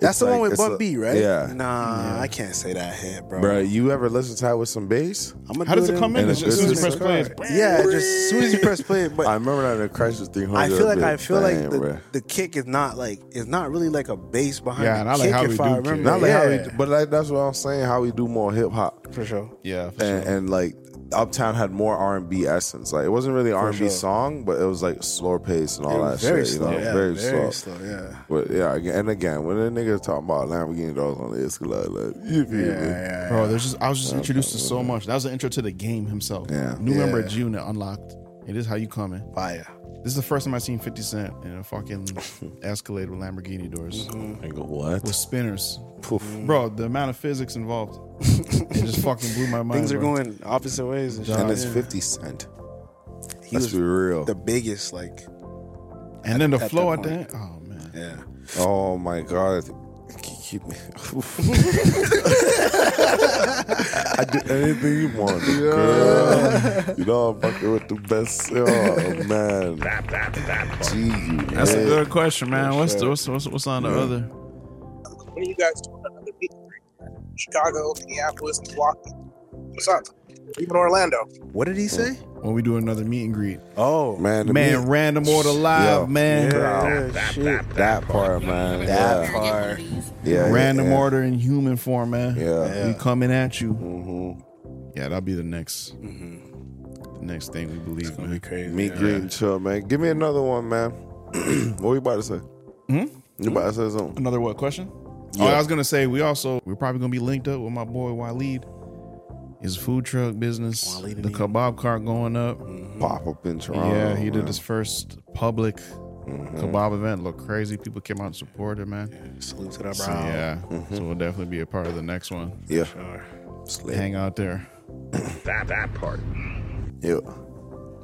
Speaker 7: That's
Speaker 5: it's
Speaker 7: the one
Speaker 5: like-
Speaker 7: with
Speaker 5: it's
Speaker 7: Buck
Speaker 5: a-
Speaker 7: B, right?
Speaker 5: Yeah.
Speaker 7: Nah, I can't say that hit, bro.
Speaker 5: Bro, you ever listen to that with some bass?
Speaker 7: I'ma
Speaker 4: How does
Speaker 7: do
Speaker 4: it come in?
Speaker 5: And
Speaker 4: As
Speaker 5: it's-
Speaker 4: soon as you
Speaker 5: it's
Speaker 4: press
Speaker 5: a
Speaker 4: play, it's
Speaker 7: Yeah, just as soon as you press play, but
Speaker 5: I remember that in Crisis 300.
Speaker 7: I feel like
Speaker 5: bit.
Speaker 7: I feel
Speaker 5: Dang,
Speaker 7: like
Speaker 5: bruh.
Speaker 7: the, the kick is not like it's not really like a bass behind
Speaker 4: Yeah,
Speaker 7: the
Speaker 4: not like
Speaker 7: kick
Speaker 4: how
Speaker 7: if
Speaker 4: we
Speaker 7: I
Speaker 4: do
Speaker 7: remember.
Speaker 4: kick.
Speaker 5: Not like
Speaker 7: yeah.
Speaker 5: how we, do, but like, that's what I'm saying. How we do more hip hop,
Speaker 7: for sure.
Speaker 4: Yeah, for
Speaker 5: and, and like Uptown had more R and B essence. Like it wasn't really R and B
Speaker 7: sure.
Speaker 5: song, but it was like slower pace and all
Speaker 7: It
Speaker 5: that
Speaker 7: was very
Speaker 5: shit.
Speaker 7: slow,
Speaker 5: you know,
Speaker 7: yeah,
Speaker 5: very,
Speaker 7: very
Speaker 5: slow.
Speaker 7: slow, yeah.
Speaker 5: But yeah, again- and again, when the niggas talking about Lamborghini doors on the Escalade, like, you feel me?
Speaker 4: Bro, there's just I was just introduced to so much. That was the intro to the game himself.
Speaker 5: Yeah.
Speaker 4: New member of June that unlocked. It is how you coming.
Speaker 7: Fire.
Speaker 4: This is the first time I seen 50 Cent in a fucking Escalade with Lamborghini doors
Speaker 5: I go what?
Speaker 4: with spinners.
Speaker 5: Mm-hmm. Poof.
Speaker 4: Bro, the amount of physics involved, it just fucking blew my mind.
Speaker 7: Things are
Speaker 4: bro.
Speaker 7: going opposite ways. And shit.
Speaker 5: And it's Fifty Cent.
Speaker 7: he
Speaker 5: Let's
Speaker 7: was
Speaker 5: be real.
Speaker 7: the biggest, like
Speaker 4: and then the
Speaker 7: at
Speaker 4: flow
Speaker 7: that
Speaker 4: at
Speaker 7: point.
Speaker 4: that. Oh man,
Speaker 7: yeah.
Speaker 5: Oh my god, keep me. I do anything you want, girl. You know I'm fucking with the best. Oh man, Gee, you
Speaker 4: That's a
Speaker 5: hit.
Speaker 4: good question, man. What's the,
Speaker 5: sure.
Speaker 4: what's what's what's on the
Speaker 5: Yeah.
Speaker 4: other?
Speaker 9: When are you guys doing another meet and greet? Chicago, Minneapolis, Milwaukee. What's up? Even Orlando.
Speaker 7: What did he say?
Speaker 4: When we do another meet and greet,
Speaker 7: Oh,
Speaker 5: man? the
Speaker 4: man,
Speaker 5: music-
Speaker 4: random order live,
Speaker 5: Yo.
Speaker 4: man.
Speaker 5: Yeah, shit. That part, man.
Speaker 7: That
Speaker 5: yeah.
Speaker 7: part.
Speaker 5: Yeah, yeah,
Speaker 4: random
Speaker 5: yeah.
Speaker 4: order in human form, man.
Speaker 5: Yeah.
Speaker 4: we coming at you.
Speaker 5: Mm-hmm.
Speaker 4: Yeah, that'll be the next the next thing we believe, man.
Speaker 7: crazy.
Speaker 5: Meet, greet, and chill, man. Give me another one, man. what were you about to say?
Speaker 4: Hmm?
Speaker 5: You about to say something?
Speaker 4: Another what question? Oh, I was gonna say we also we're probably gonna be linked up with my boy Waleed. His food truck business, the kebab cart going up.
Speaker 5: Pop up in
Speaker 4: Mm-hmm.
Speaker 5: Toronto.
Speaker 4: Oh, Yeah, Mm-hmm. he did
Speaker 5: man.
Speaker 4: his first public kebab event. Look crazy. People came out and supported, man.
Speaker 7: Salute to that
Speaker 4: So,
Speaker 7: bro.
Speaker 4: yeah, so we'll definitely be a part of the next one.
Speaker 5: Yeah,
Speaker 4: Hang out there,
Speaker 5: yeah.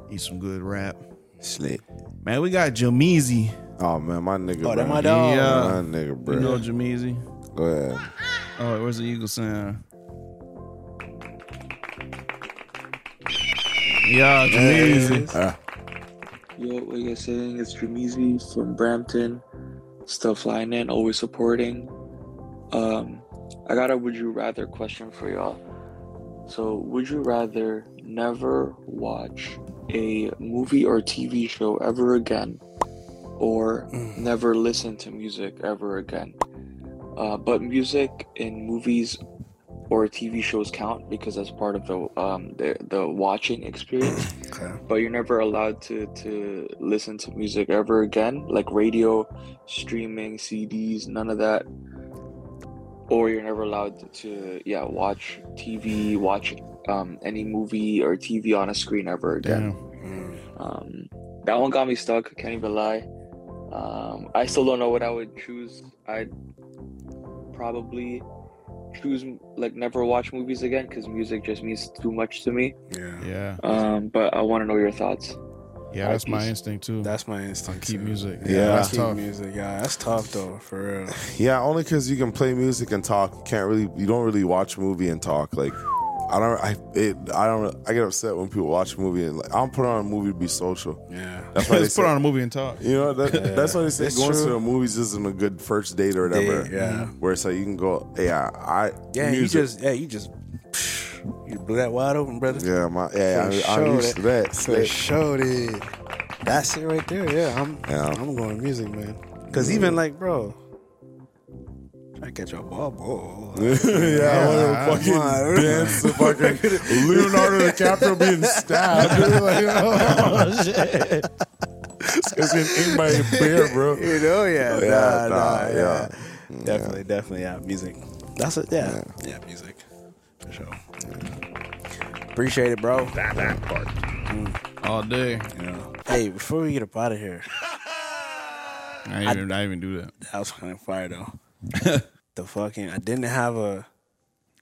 Speaker 4: eat some good rap.
Speaker 5: Slick.
Speaker 4: Man, we got Jameezy.
Speaker 5: Oh man, my nigga.
Speaker 7: Oh,
Speaker 5: bro.
Speaker 7: that my dog.
Speaker 4: Yeah.
Speaker 5: My nigga, bro.
Speaker 4: You know Jameezy.
Speaker 5: Go ahead.
Speaker 4: Oh, where's the eagle sound? Yeah, Jameezy.
Speaker 6: Yo, what you guys saying? It's Jameezy from Brampton. Still flying in, always supporting. Um, I got a would you rather question for y'all. So, would you rather never watch a movie or TV show ever again, or never listen to music ever again? Uh, but music in movies or TV shows count because that's part of the um, the, the watching experience but you're never allowed to to listen to music ever again like radio streaming cds none of that or you're never allowed to yeah watch tv watch um, any movie or tv on a screen ever again
Speaker 4: Damn.
Speaker 7: Mm,
Speaker 6: um, that one got me stuck can't even lie um, i still don't know what i would choose i'd probably choose like never watch movies again because music just means too much to me
Speaker 7: Yeah.
Speaker 4: Yeah.
Speaker 6: um, but i want to know your thoughts
Speaker 4: Yeah, that's my instinct too.
Speaker 7: That's my instinct.
Speaker 4: Keep
Speaker 7: too.
Speaker 4: music.
Speaker 7: Yeah,
Speaker 5: Yeah.
Speaker 4: that's
Speaker 7: keep
Speaker 4: tough.
Speaker 7: music. Yeah, that's tough though, for real.
Speaker 5: Yeah, only because you can play music and talk. You can't really, you don't really watch a movie and talk. Like, I don't, I, it, I don't, I get upset when people watch a movie and like, I don't put on a movie to be social.
Speaker 7: Yeah.
Speaker 5: That's why they
Speaker 4: Let's
Speaker 5: say,
Speaker 4: put on a movie and talk.
Speaker 5: you know, that, that's why they say
Speaker 7: It's
Speaker 5: going
Speaker 7: true.
Speaker 5: to the movies isn't a good first date or whatever. Mm-hmm.
Speaker 7: Date, yeah.
Speaker 5: Where it's like you can go, yeah, I,
Speaker 7: Yeah,
Speaker 5: music.
Speaker 7: you just yeah, you just you blew that wide open, brother.
Speaker 5: yeah, my, yeah,
Speaker 7: For
Speaker 5: I,
Speaker 7: sure
Speaker 5: I'm used to that.
Speaker 7: For sure, dude. That's it right there. Yeah, I'm
Speaker 5: Yeah.
Speaker 7: I'm going music, man. Cause even like, bro, I catch a ball, ball.
Speaker 5: yeah, I want to
Speaker 7: Come on.
Speaker 5: fucking dance to fucking Leonardo DiCaprio being stabbed. dude. Like, oh, shit. It's been in my beer, bro.
Speaker 7: You know, yeah,
Speaker 5: Yeah,
Speaker 7: nah, nah,
Speaker 5: nah,
Speaker 7: yeah.
Speaker 5: yeah.
Speaker 7: definitely, definitely, yeah, music. That's it, yeah, yeah, music for sure. Appreciate it, bro.
Speaker 4: All day.
Speaker 7: Hey, before we get up out of here,
Speaker 4: I ain't even, I even do that.
Speaker 7: that was kind of fire though. the fucking, I didn't have a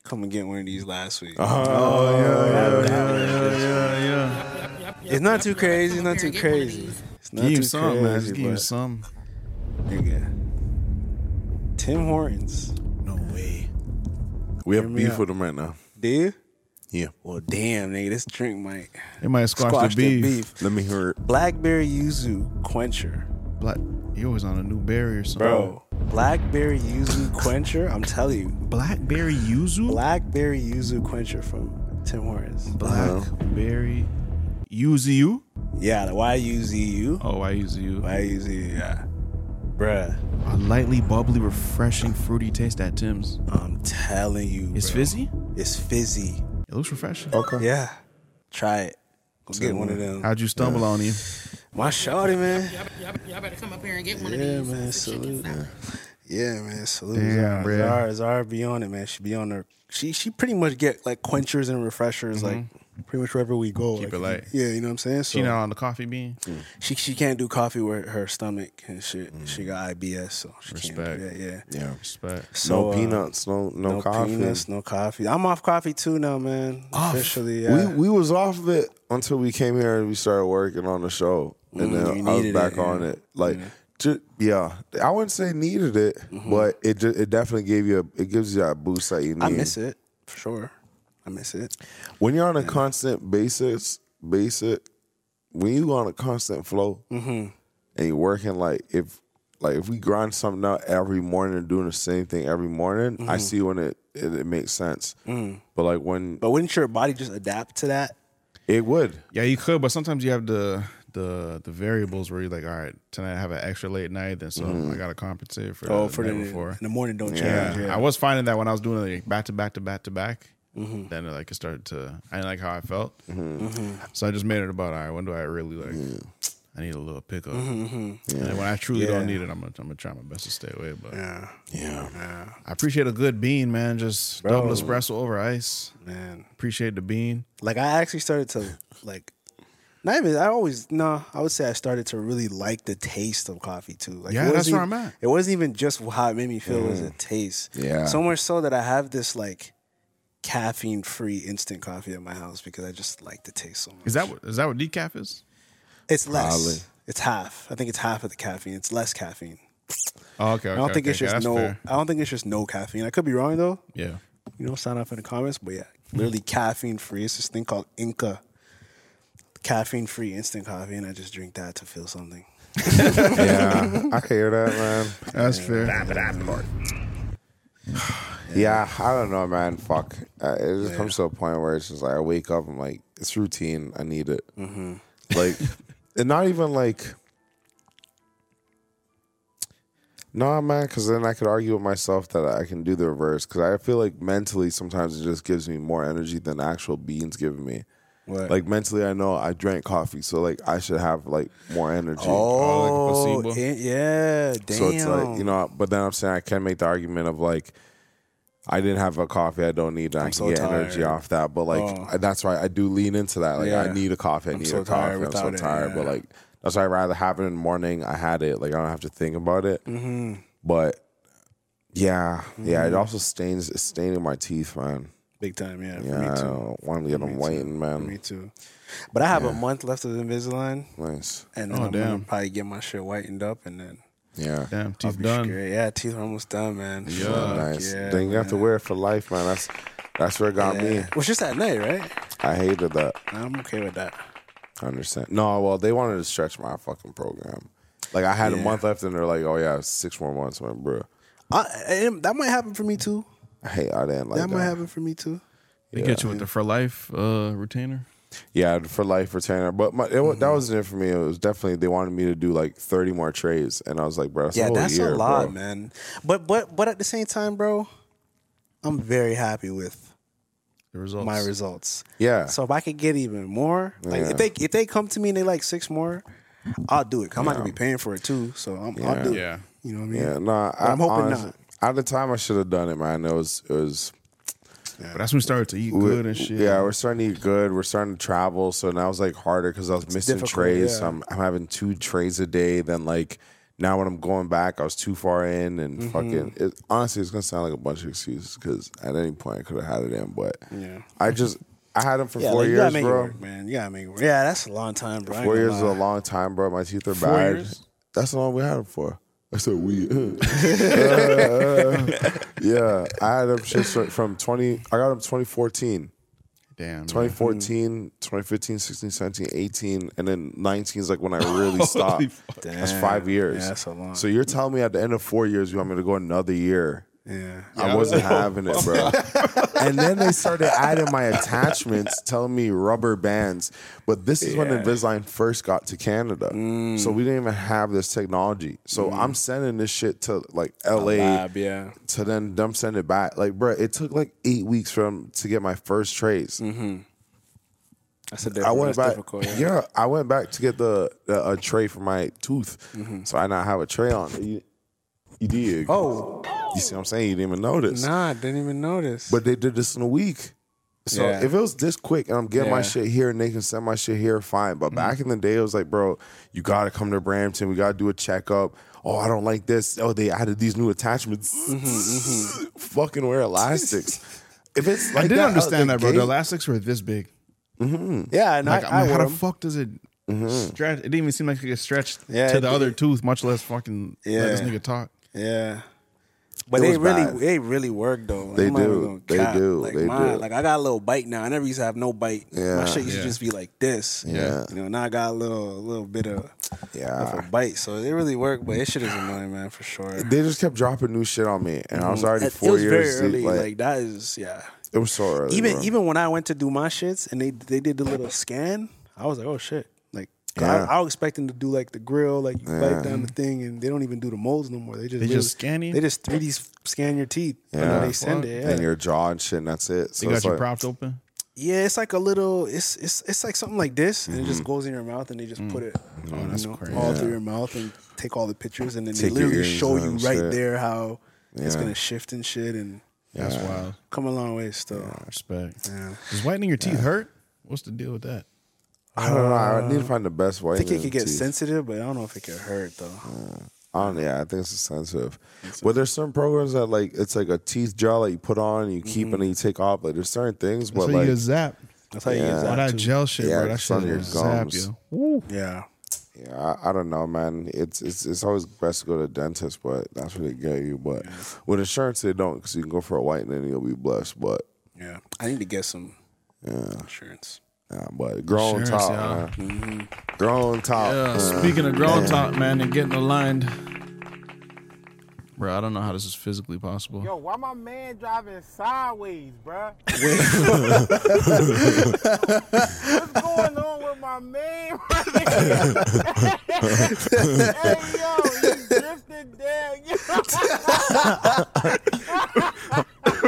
Speaker 7: come and get one of these last week.
Speaker 4: Uh-huh.
Speaker 5: Oh, yeah, yeah.
Speaker 7: It's not too crazy. It's not too crazy. It's not
Speaker 4: Give
Speaker 7: too
Speaker 4: you some, man.
Speaker 7: crazy,
Speaker 4: Just give you some.
Speaker 7: but nigga. Tim Hortons.
Speaker 4: No way.
Speaker 5: We have
Speaker 7: me
Speaker 5: beef
Speaker 7: out.
Speaker 5: with them right now.
Speaker 7: Dude.
Speaker 5: Yeah.
Speaker 7: Well, damn, nigga, this drink might
Speaker 4: It might squash,
Speaker 7: squash
Speaker 4: the beef.
Speaker 5: Let me hear it.
Speaker 7: Blackberry Yuzu Quencher.
Speaker 4: Black, you always on a new berry or something.
Speaker 7: Bro, Blackberry Yuzu Quencher, I'm telling you.
Speaker 4: Blackberry yuzu.
Speaker 7: Blackberry Yuzu Quencher from Tim Hortons.
Speaker 4: Uh-huh. Blackberry yuzu.
Speaker 7: Yeah, the YUZU.
Speaker 4: Oh, I use you.
Speaker 7: YUZU, yeah. Bruh,
Speaker 4: A lightly bubbly, refreshing, fruity taste at Tim's.
Speaker 7: I'm telling you.
Speaker 4: It's
Speaker 7: bro.
Speaker 4: fizzy.
Speaker 7: It's fizzy.
Speaker 4: It looks refreshing.
Speaker 5: Okay.
Speaker 7: Yeah. Try it. Go get one of them.
Speaker 4: How'd you stumble on you?
Speaker 7: My shorty, man.
Speaker 3: Y'all, y'all, y'all better come up here and get one
Speaker 7: Yeah,
Speaker 3: of these.
Speaker 7: man.
Speaker 3: It's a chicken
Speaker 7: Salute,
Speaker 3: salad.
Speaker 7: man. Yeah, man. Salute.
Speaker 4: Damn,
Speaker 7: Zara.
Speaker 4: bruh.
Speaker 7: Zara, Zara be on it, man. She be on her. She she pretty much get like quenchers and refreshers, like pretty much wherever we go.
Speaker 4: Mm-hmm. Keep
Speaker 7: like,
Speaker 4: it light.
Speaker 7: Yeah, you know what I'm saying. So
Speaker 4: You know, on the coffee bean.
Speaker 7: she she can't do coffee with her stomach and shit. She got IBS, so she can't
Speaker 4: Mm. Respect.
Speaker 7: do that. Yeah.
Speaker 5: Yeah.
Speaker 4: Respect.
Speaker 7: So,
Speaker 5: no
Speaker 7: uh,
Speaker 5: peanuts, no no,
Speaker 7: No
Speaker 5: coffee.
Speaker 7: peanuts, no coffee. I'm off coffee too now, man. Officially, yeah.
Speaker 5: We we was off of it until we came here and we started working on the show, and
Speaker 7: Mm, you
Speaker 5: then I was
Speaker 7: needed
Speaker 5: back
Speaker 7: it,
Speaker 5: on
Speaker 7: yeah. Mm-hmm.
Speaker 5: it. Like Ju- yeah, I wouldn't say needed it, but it ju- it definitely gave you a it gives you that boost that you need.
Speaker 7: I miss it for sure. I miss it.
Speaker 5: When you're on a constant basis, basic, when you on a constant flow,
Speaker 7: Mhm.
Speaker 5: and you're working like if like if we grind something out every morning and doing the same thing every morning, I
Speaker 7: Mhm.
Speaker 5: see when it, it it makes sense.
Speaker 7: Mm.
Speaker 5: But like when
Speaker 7: But wouldn't your body just adapt to that?
Speaker 5: it would,
Speaker 4: Yeah, you could, but sometimes you have the the the variables where you're like, all right, tonight I have an extra late night, and so
Speaker 7: Mhm.
Speaker 4: I gotta compensate for
Speaker 7: Oh,
Speaker 4: the
Speaker 7: for
Speaker 4: night
Speaker 7: the-
Speaker 4: before.
Speaker 7: in the morning don't change, yeah.
Speaker 4: I was finding that when I was doing it like back to back to back to back.
Speaker 7: Mm-hmm.
Speaker 4: Then like it started to I didn't like how I felt,
Speaker 7: Mhm.
Speaker 4: so I just made it about all right. When do I really like? I need a little pickup.
Speaker 7: Mhm, mhm.
Speaker 4: And then when I truly don't
Speaker 7: Yeah.
Speaker 4: need it, I'm gonna, I'm gonna try my best to stay away. But
Speaker 7: yeah,
Speaker 5: yeah,
Speaker 4: I appreciate a good bean, man. Just
Speaker 7: Bro.
Speaker 4: double espresso over ice.
Speaker 7: Man,
Speaker 4: appreciate the bean.
Speaker 7: Like I actually started to like. Not even. I always no. I would say I started to really like the taste of coffee too. Like it
Speaker 4: Yeah,
Speaker 7: wasn't
Speaker 4: that's where
Speaker 7: even-
Speaker 4: I'm at.
Speaker 7: It wasn't even just how it made me feel. It was the
Speaker 5: Mm.
Speaker 7: taste.
Speaker 5: Yeah.
Speaker 7: So much so that I have this like caffeine-free instant coffee at my house because I just like the taste so much.
Speaker 4: Is that what is that what decaf is?
Speaker 7: It's less.
Speaker 4: Probably.
Speaker 7: It's half. I think it's half of the caffeine. It's less caffeine.
Speaker 4: Oh, okay,
Speaker 7: I
Speaker 4: okay,
Speaker 7: don't think
Speaker 4: okay,
Speaker 7: it's
Speaker 4: okay,
Speaker 7: just
Speaker 4: that's
Speaker 7: no.
Speaker 4: fair.
Speaker 7: I don't think it's just no caffeine. I could be wrong though.
Speaker 4: Yeah.
Speaker 7: You know, sign up in the comments. But yeah, literally caffeine free. It's this thing called Inca. Caffeine free instant coffee, and I just drink that to feel something.
Speaker 5: yeah, I can hear that, man.
Speaker 4: That's fair.
Speaker 5: Yeah, I don't know, man. Fuck, uh, it just comes to a point where it's just like I wake up, I'm like, it's routine. I need it.
Speaker 7: Mm-hmm.
Speaker 5: Like, and not even like, nah, man. Because then I could argue with myself that I can do the reverse. Because I feel like mentally, sometimes it just gives me more energy than actual beans giving me.
Speaker 7: What?
Speaker 5: Like mentally, I know I drank coffee, so like I should have like more energy.
Speaker 7: Oh, it- yeah. Damn.
Speaker 5: So it's like, you know, but then I'm saying I can make the argument of like, I didn't have a coffee, I don't need it. I
Speaker 7: I'm
Speaker 5: can
Speaker 7: so
Speaker 5: get energy
Speaker 7: tired.
Speaker 5: off that. But like,
Speaker 7: Oh.
Speaker 5: I- that's why I do lean into that. Like, I
Speaker 7: Yeah.
Speaker 5: need a coffee, I
Speaker 7: I'm
Speaker 5: need
Speaker 7: so
Speaker 5: a coffee,
Speaker 7: tired
Speaker 5: I'm so
Speaker 7: without it,
Speaker 5: tired. But
Speaker 7: yeah.
Speaker 5: like, that's why I'd rather have it in the morning. I had it. Like, I don't have to think about it.
Speaker 7: Mhm.
Speaker 5: But yeah, yeah, it
Speaker 7: Mhm.
Speaker 5: also stains, it's staining my teeth, man.
Speaker 7: Big time, yeah.
Speaker 5: Yeah, I don't want to get
Speaker 7: For me
Speaker 5: them
Speaker 7: too.
Speaker 5: waiting, man.
Speaker 7: Me too. But I have
Speaker 5: Yeah.
Speaker 7: a month left of Invisalign,
Speaker 5: Nice.
Speaker 7: and then
Speaker 4: Oh,
Speaker 7: I'm gonna
Speaker 4: damn.
Speaker 7: probably get my shit whitened up, and then
Speaker 5: Yeah.
Speaker 4: Damn,
Speaker 7: I'll
Speaker 4: teeth
Speaker 7: be
Speaker 4: done.
Speaker 7: straight. Yeah, teeth are almost done, man.
Speaker 4: Yeah.
Speaker 7: Fuck,
Speaker 5: Nice.
Speaker 7: yeah,
Speaker 5: then you have to
Speaker 7: man.
Speaker 5: wear it for life, man. That's that's where it got me.
Speaker 7: Yeah. It was just at night, right?
Speaker 5: I hated that.
Speaker 7: I'm okay with that.
Speaker 5: I understand. No, well, they wanted to stretch my fucking program. Like I had a
Speaker 7: Yeah.
Speaker 5: month left, and they're like, "Oh yeah, six more months." I'm like, bro,
Speaker 7: I, and that might happen for me too.
Speaker 5: I hate. I didn't like
Speaker 7: that
Speaker 5: that.
Speaker 7: might happen for me too.
Speaker 4: They
Speaker 5: Yeah.
Speaker 4: get you with the for life uh, retainer.
Speaker 5: Yeah, for life retainer. But my, it, wa-
Speaker 7: Mm-hmm.
Speaker 5: that wasn't it for me. It was definitely they wanted me to do like thirty more trades, and I was like, bro, that's
Speaker 7: yeah,
Speaker 5: a whole
Speaker 7: that's
Speaker 5: year,
Speaker 7: a lot,
Speaker 5: bro.
Speaker 7: man. But but but at the same time, bro, I'm very happy with
Speaker 4: The results.
Speaker 7: my results.
Speaker 5: Yeah.
Speaker 7: So if I could get even more, like
Speaker 5: Yeah.
Speaker 7: if they if they come to me and they like six more, I'll do it. 'Cause I'm not gonna be paying for it too, so I'm, I'll do it.
Speaker 4: Yeah.
Speaker 7: You know what I mean?
Speaker 5: Yeah, nah.
Speaker 7: But I'm hoping
Speaker 5: honestly-
Speaker 7: not.
Speaker 5: At the time, I should have done it, man. It was it was.
Speaker 4: But that's when we started to eat good and shit.
Speaker 5: Yeah, we're starting to eat good. We're starting to travel, so now it's like harder because I was missing
Speaker 7: difficult,
Speaker 5: trays. So
Speaker 7: yeah.
Speaker 5: I'm, I'm having two trays a day. Then like now when I'm going back, I was too far in and
Speaker 7: Mhm.
Speaker 5: fucking. It, honestly, it's gonna sound like a bunch of excuses because at any point I could have had it in, but
Speaker 7: Yeah.
Speaker 5: I just I had them for
Speaker 7: Yeah,
Speaker 5: four
Speaker 7: like, you gotta
Speaker 5: years,
Speaker 7: make it
Speaker 5: bro.
Speaker 7: work, man. You gotta make it work. Yeah, that's a long time, bro. I ain't
Speaker 5: Four
Speaker 7: gonna
Speaker 5: years is a
Speaker 7: lie.
Speaker 5: long time, bro. My teeth are
Speaker 4: Four
Speaker 5: bad.
Speaker 4: years?
Speaker 5: That's how long we had them for. I said we. yeah, I had them shits fr- from 20, I got them 2014.
Speaker 4: Damn.
Speaker 7: Hmm.
Speaker 5: 2014, 2015, 16, 17, 18, and then 19 is like when I really stopped.
Speaker 4: fuck.
Speaker 5: That's
Speaker 7: Damn.
Speaker 5: five years.
Speaker 7: Yeah, that's a long-
Speaker 5: So you're telling me at the end of four years, you want me to go another year?
Speaker 7: Yeah.
Speaker 5: I wasn't having it, bro. and then they started adding my attachments, telling me rubber bands. But this is when
Speaker 7: Yeah. Mm.
Speaker 5: Invisalign first got to Canada. So we didn't even have this technology. So I'm sending this shit to like LA
Speaker 7: lab, yeah.
Speaker 5: to then them send it back. Like, bro, it took like eight weeks from to get my first trays.
Speaker 7: Mm-hmm. That's a
Speaker 5: I
Speaker 7: different.
Speaker 5: went
Speaker 7: That's
Speaker 5: back.
Speaker 7: difficult.
Speaker 5: yeah. I went back to get the, the a tray for my tooth,
Speaker 7: Mm-hmm.
Speaker 5: so I now have a tray on. You, you did.
Speaker 7: Oh.
Speaker 5: you see what I'm saying? You didn't even notice.
Speaker 7: Nah, I didn't even notice.
Speaker 5: But they did this in a week. So
Speaker 7: Yeah.
Speaker 5: if it was this quick and I'm getting my
Speaker 7: Yeah. Mm-hmm.
Speaker 5: shit here and they can send my shit here, fine. But back in the day, it was like, bro, you gotta come to Brampton. We gotta do a checkup. Oh, I don't like this. Oh, they added these new attachments.
Speaker 7: Mm-hmm,
Speaker 5: Fucking wear elastics. if it's like
Speaker 4: I didn't
Speaker 5: that uh, out
Speaker 4: understand
Speaker 5: the
Speaker 4: that, bro. The
Speaker 5: gate-
Speaker 4: elastics were this big.
Speaker 5: Mhm.
Speaker 7: yeah, and
Speaker 4: Like,
Speaker 7: I,
Speaker 4: I'm
Speaker 7: I
Speaker 4: like, how
Speaker 7: wore
Speaker 4: the
Speaker 7: 'em. Mm-hmm.
Speaker 4: fuck does it? Stretch. It didn't even seem like it could stretch
Speaker 7: Yeah,
Speaker 4: to
Speaker 7: it
Speaker 4: the
Speaker 7: did.
Speaker 4: other tooth, much less fucking let this
Speaker 7: Yeah.
Speaker 4: nigga talk.
Speaker 7: Yeah. But
Speaker 4: It
Speaker 7: they
Speaker 4: was
Speaker 7: really,
Speaker 4: bad.
Speaker 7: they really work though. Like,
Speaker 4: They
Speaker 7: I'm not even
Speaker 4: do.
Speaker 7: gonna
Speaker 4: They
Speaker 7: cap.
Speaker 4: do.
Speaker 7: Like
Speaker 4: They
Speaker 7: mine,
Speaker 4: do.
Speaker 7: like I got a little bite now. I never used to have no bite.
Speaker 5: Yeah.
Speaker 7: My shit used
Speaker 5: Yeah.
Speaker 7: to just be like this.
Speaker 5: Yeah.
Speaker 7: You know, now I got a little, a little bit of,
Speaker 5: yeah,
Speaker 4: Ah.
Speaker 7: of a bite. So it really worked. But it shit is annoying, man, for sure.
Speaker 5: They just kept dropping new shit on me, and I was
Speaker 7: Mhm.
Speaker 5: already
Speaker 7: It-
Speaker 5: four
Speaker 7: it was
Speaker 5: years
Speaker 7: Very early.
Speaker 5: deep.
Speaker 7: Like,
Speaker 5: Like,
Speaker 7: that is yeah.
Speaker 5: it was so early.
Speaker 7: Even
Speaker 5: bro.
Speaker 7: even when I went to do my shits and they they did the little scan, I was like, oh shit. Like 'cause
Speaker 5: Yeah.
Speaker 7: I, I was expecting to do like the grill, like you
Speaker 5: Yeah.
Speaker 7: bite down the thing, and they don't even do the molds no more. They just
Speaker 4: They just scan you?
Speaker 7: They just three D scan your teeth.
Speaker 5: yeah,
Speaker 7: Yeah, they send it.
Speaker 5: and
Speaker 7: Yeah.
Speaker 5: your jaw and shit, and that's it. So
Speaker 4: they got
Speaker 5: it's
Speaker 4: you
Speaker 5: like,
Speaker 4: propped open.
Speaker 7: yeah, it's like a little. It's it's it's like something like this, and it
Speaker 5: Mm-hmm.
Speaker 7: just goes in your mouth, and they just put it
Speaker 5: Mm.
Speaker 4: Oh, that's
Speaker 7: you know,
Speaker 4: crazy.
Speaker 7: all
Speaker 4: Yeah.
Speaker 7: through your mouth and take all the pictures, and then
Speaker 5: Take
Speaker 7: they
Speaker 5: your
Speaker 7: literally
Speaker 5: earrings
Speaker 7: show
Speaker 5: out
Speaker 7: you
Speaker 5: and
Speaker 7: right
Speaker 5: shit.
Speaker 7: there how it's
Speaker 5: Yeah.
Speaker 7: gonna shift and shit, and
Speaker 4: That's wild.
Speaker 7: Come a long way still.
Speaker 4: Respect.
Speaker 7: Yeah.
Speaker 4: Does whitening your teeth hurt? What's the deal with that?
Speaker 5: I don't know. I need to find the best way.
Speaker 7: I think it could get sensitive, but I don't know if it could hurt though.
Speaker 5: I don't. Yeah, I think it's sensitive. Well, there's certain programs that like it's like a teeth gel that you put on, you keep,
Speaker 7: Mm-hmm.
Speaker 5: and then you take off. Like there's certain things,
Speaker 4: That's
Speaker 5: but
Speaker 4: how
Speaker 5: like
Speaker 4: you get zapped.
Speaker 7: That's how you get
Speaker 5: Yeah.
Speaker 7: zapped,
Speaker 4: All that
Speaker 7: too.
Speaker 4: gel shit,
Speaker 5: Yeah,
Speaker 4: bro. That
Speaker 5: it's
Speaker 4: shit
Speaker 5: on your
Speaker 4: will zap
Speaker 5: gums.
Speaker 4: you.
Speaker 7: Yeah.
Speaker 5: Yeah, I, I don't know, man. It's it's it's always best to go to the dentist, but that's what they get you. But with insurance, they don't because you can go for a whitening and you'll be blessed. But
Speaker 7: Yeah. I need to get some
Speaker 5: yeah,
Speaker 7: insurance.
Speaker 5: yeah but grown
Speaker 4: Insurance,
Speaker 5: top,
Speaker 4: y'all.
Speaker 5: man.
Speaker 7: Mm-hmm.
Speaker 5: grown top.
Speaker 4: Yeah,
Speaker 5: man.
Speaker 4: speaking of grown
Speaker 5: Yeah.
Speaker 4: top, man, and getting aligned. Bro, I don't know how this is physically possible.
Speaker 10: Yo, why my man driving sideways, bruh? What's going on with my man right here? hey, yo, he drifted down.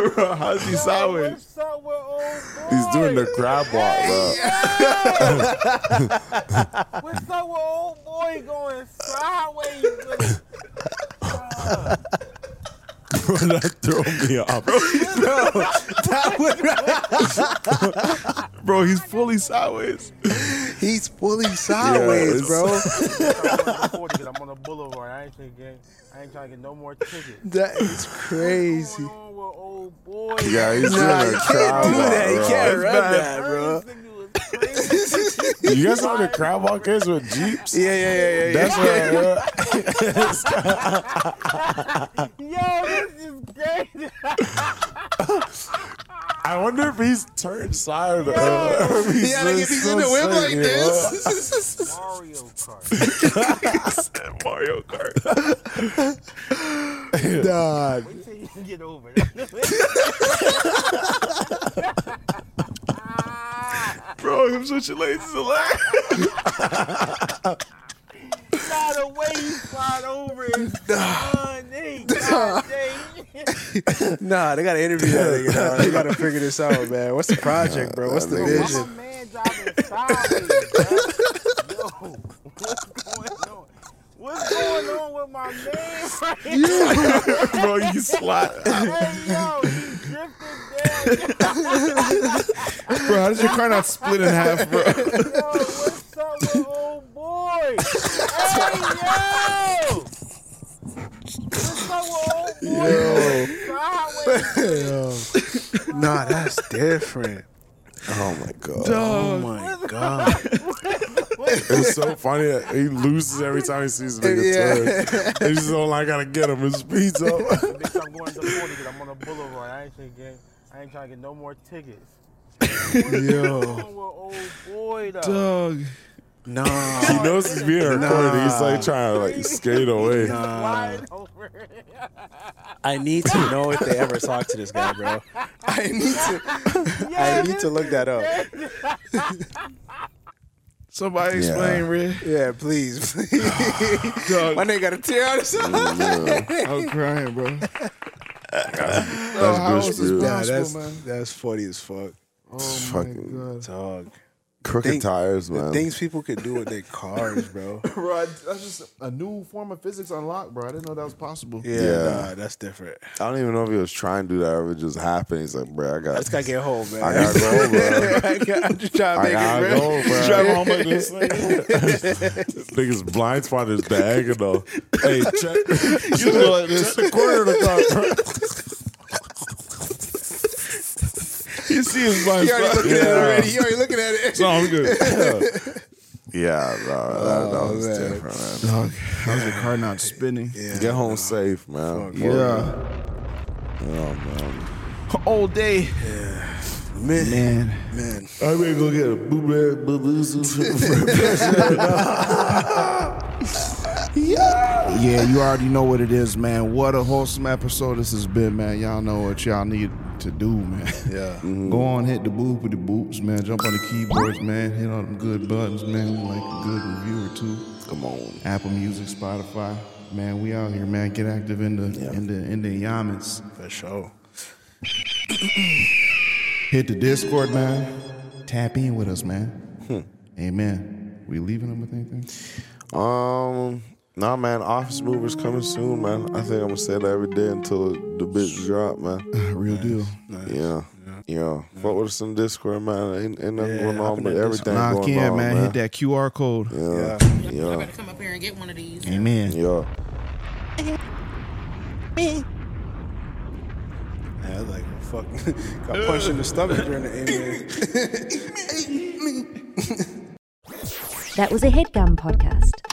Speaker 5: Bro, how's he sideways?
Speaker 10: What's up with old boy?
Speaker 5: He's doing the crab walk, bro.
Speaker 10: What's up with old boy going sideways? With...
Speaker 5: bro, that threw me off.
Speaker 4: bro, he's fully sideways.
Speaker 7: He's fully sideways,
Speaker 5: it's-
Speaker 7: bro.
Speaker 10: I'm on the boulevard. I ain't trying to get, I ain't trying to get no more tickets.
Speaker 7: That is crazy.
Speaker 5: Yeah, he's
Speaker 7: Nah,
Speaker 5: doing
Speaker 7: you
Speaker 5: a
Speaker 7: can't
Speaker 5: crab
Speaker 7: do
Speaker 5: walk,
Speaker 7: that. You
Speaker 5: bro. It's
Speaker 7: can't run
Speaker 5: bad.
Speaker 7: that, bro.
Speaker 5: You guys know what a crab walk is with jeeps?
Speaker 7: Yeah, yeah, yeah, yeah.
Speaker 5: That's
Speaker 7: yeah.
Speaker 5: what.
Speaker 10: Yo, this is great.
Speaker 5: I wonder if he's turned side. Yeah, or if he's
Speaker 7: Yeah, like, if he's in the whip like
Speaker 5: this. Mario Kart. Mario Kart.
Speaker 7: Dog.
Speaker 10: Wait till you can get over it.
Speaker 5: Bro, him switching lanes is
Speaker 10: alive. Nah, the way you slide over is funny. God dang.
Speaker 7: nah, they gotta interview that nigga. dog. They gotta figure this out, man. What's the project, bro? What's the
Speaker 5: That nigga-
Speaker 7: vision?
Speaker 10: man driving sideways, bro. Yo, what's going on? What's going on with my man right here?
Speaker 5: Bro, you slide.
Speaker 10: Hey, yo, he drifted down.
Speaker 4: Bro, how does your car not split in half, bro?
Speaker 10: Yo, what's up with old boy? Hey, yo! What's up with old boy?
Speaker 7: Yo.
Speaker 10: Sideways.
Speaker 7: nah, that's different.
Speaker 5: Oh my god.
Speaker 7: Oh my god.
Speaker 5: It's so funny that he loses every time he sees a nigga
Speaker 7: Yeah.
Speaker 5: turn. They just don't like how to get him. His speeds up.
Speaker 10: Bitch, I'm going to 40 because I'm on a boulevard. I ain't trying to get, I ain't trying to get no more tickets.
Speaker 7: Yo.
Speaker 10: What's going with old boy, though?
Speaker 4: Dog.
Speaker 7: Nah.
Speaker 5: He knows he's being recorded. He's like trying to like skate away.
Speaker 7: Nah. I need to know if they ever talk to this guy, bro. I need to. I need to look that up.
Speaker 4: Somebody
Speaker 7: Yeah.
Speaker 4: explain, Red.
Speaker 7: Yeah, please. My nigga got a tear out his
Speaker 4: I'm crying, bro.
Speaker 7: Oh,
Speaker 5: That's
Speaker 7: how
Speaker 5: Bruce
Speaker 7: is Oh this
Speaker 5: Bruce.
Speaker 7: possible, that's, that's funny as fuck.
Speaker 5: It's fucking
Speaker 7: Dog.
Speaker 5: crooked
Speaker 7: Think-
Speaker 5: tires,
Speaker 7: The
Speaker 5: man.
Speaker 7: things people could do with their cars, bro.
Speaker 4: bro, I- that's just a new form of physics unlocked, bro. I didn't know that was possible.
Speaker 7: Yeah,
Speaker 5: Yeah.
Speaker 7: Nah, that's different.
Speaker 5: I don't even know if he was trying to do that or if it just happened. He's like, bro, I got.
Speaker 7: I just gotta get home, man.
Speaker 5: I gotta go, bro.
Speaker 7: I got- I'm just trying to
Speaker 5: I
Speaker 7: make
Speaker 5: gotta
Speaker 7: it,
Speaker 5: go,
Speaker 7: bro.
Speaker 5: bro.
Speaker 7: Drive home like
Speaker 5: this nigga's blind spot is diagonal. Hey, check.
Speaker 4: You know like this.
Speaker 5: Check the corner of the car, bro.
Speaker 4: You see his blind
Speaker 7: He already
Speaker 4: spot.
Speaker 7: looking at it already. He already looking at it.
Speaker 4: No, I'm good.
Speaker 5: Yeah, no, that, that was different, Oh, man.
Speaker 4: Dog, how's the car not spinning?
Speaker 5: Get home safe, man.
Speaker 4: Fuck, yeah.
Speaker 5: Oh, man.
Speaker 4: All day.
Speaker 5: Man.
Speaker 4: Man.
Speaker 5: Man. I ready to go get a bootleg
Speaker 4: Yeah, you already know what it is, man. What a wholesome episode this has been, man. Y'all know what y'all need to do, man.
Speaker 5: Yeah.
Speaker 4: Go on, hit the boop with the boops, man. Jump on the keyboards, man. Hit on them good buttons, man. Like a good review or two.
Speaker 5: Come on.
Speaker 4: Apple Music, Spotify. Man, we out here, man. Get active in the in the in the yamins.
Speaker 7: For sure.
Speaker 4: Hit the Discord, man. Tap in with us, man. Amen. We leaving them with anything?
Speaker 5: Um, nah, man. Office movers coming soon, man. I think I'm gonna say that every day until the bitch drop, man.
Speaker 4: Real deal.
Speaker 5: Yeah. Yeah. Fuck with us in Discord, man. Ain't, ain't nothing going
Speaker 4: hop
Speaker 5: on,
Speaker 4: in
Speaker 5: but
Speaker 4: that
Speaker 5: everything
Speaker 4: Discord. Knock
Speaker 5: going
Speaker 4: in,
Speaker 5: on,
Speaker 4: man.
Speaker 5: man.
Speaker 4: Hit that QR code.
Speaker 5: Yeah.
Speaker 3: I
Speaker 5: Yeah.
Speaker 3: better come up here and get one of these.
Speaker 4: Amen.
Speaker 5: Yeah.
Speaker 7: Yeah, I was like, fuck. Got punched in the stomach during the NBA.
Speaker 11: That was a headgum podcast.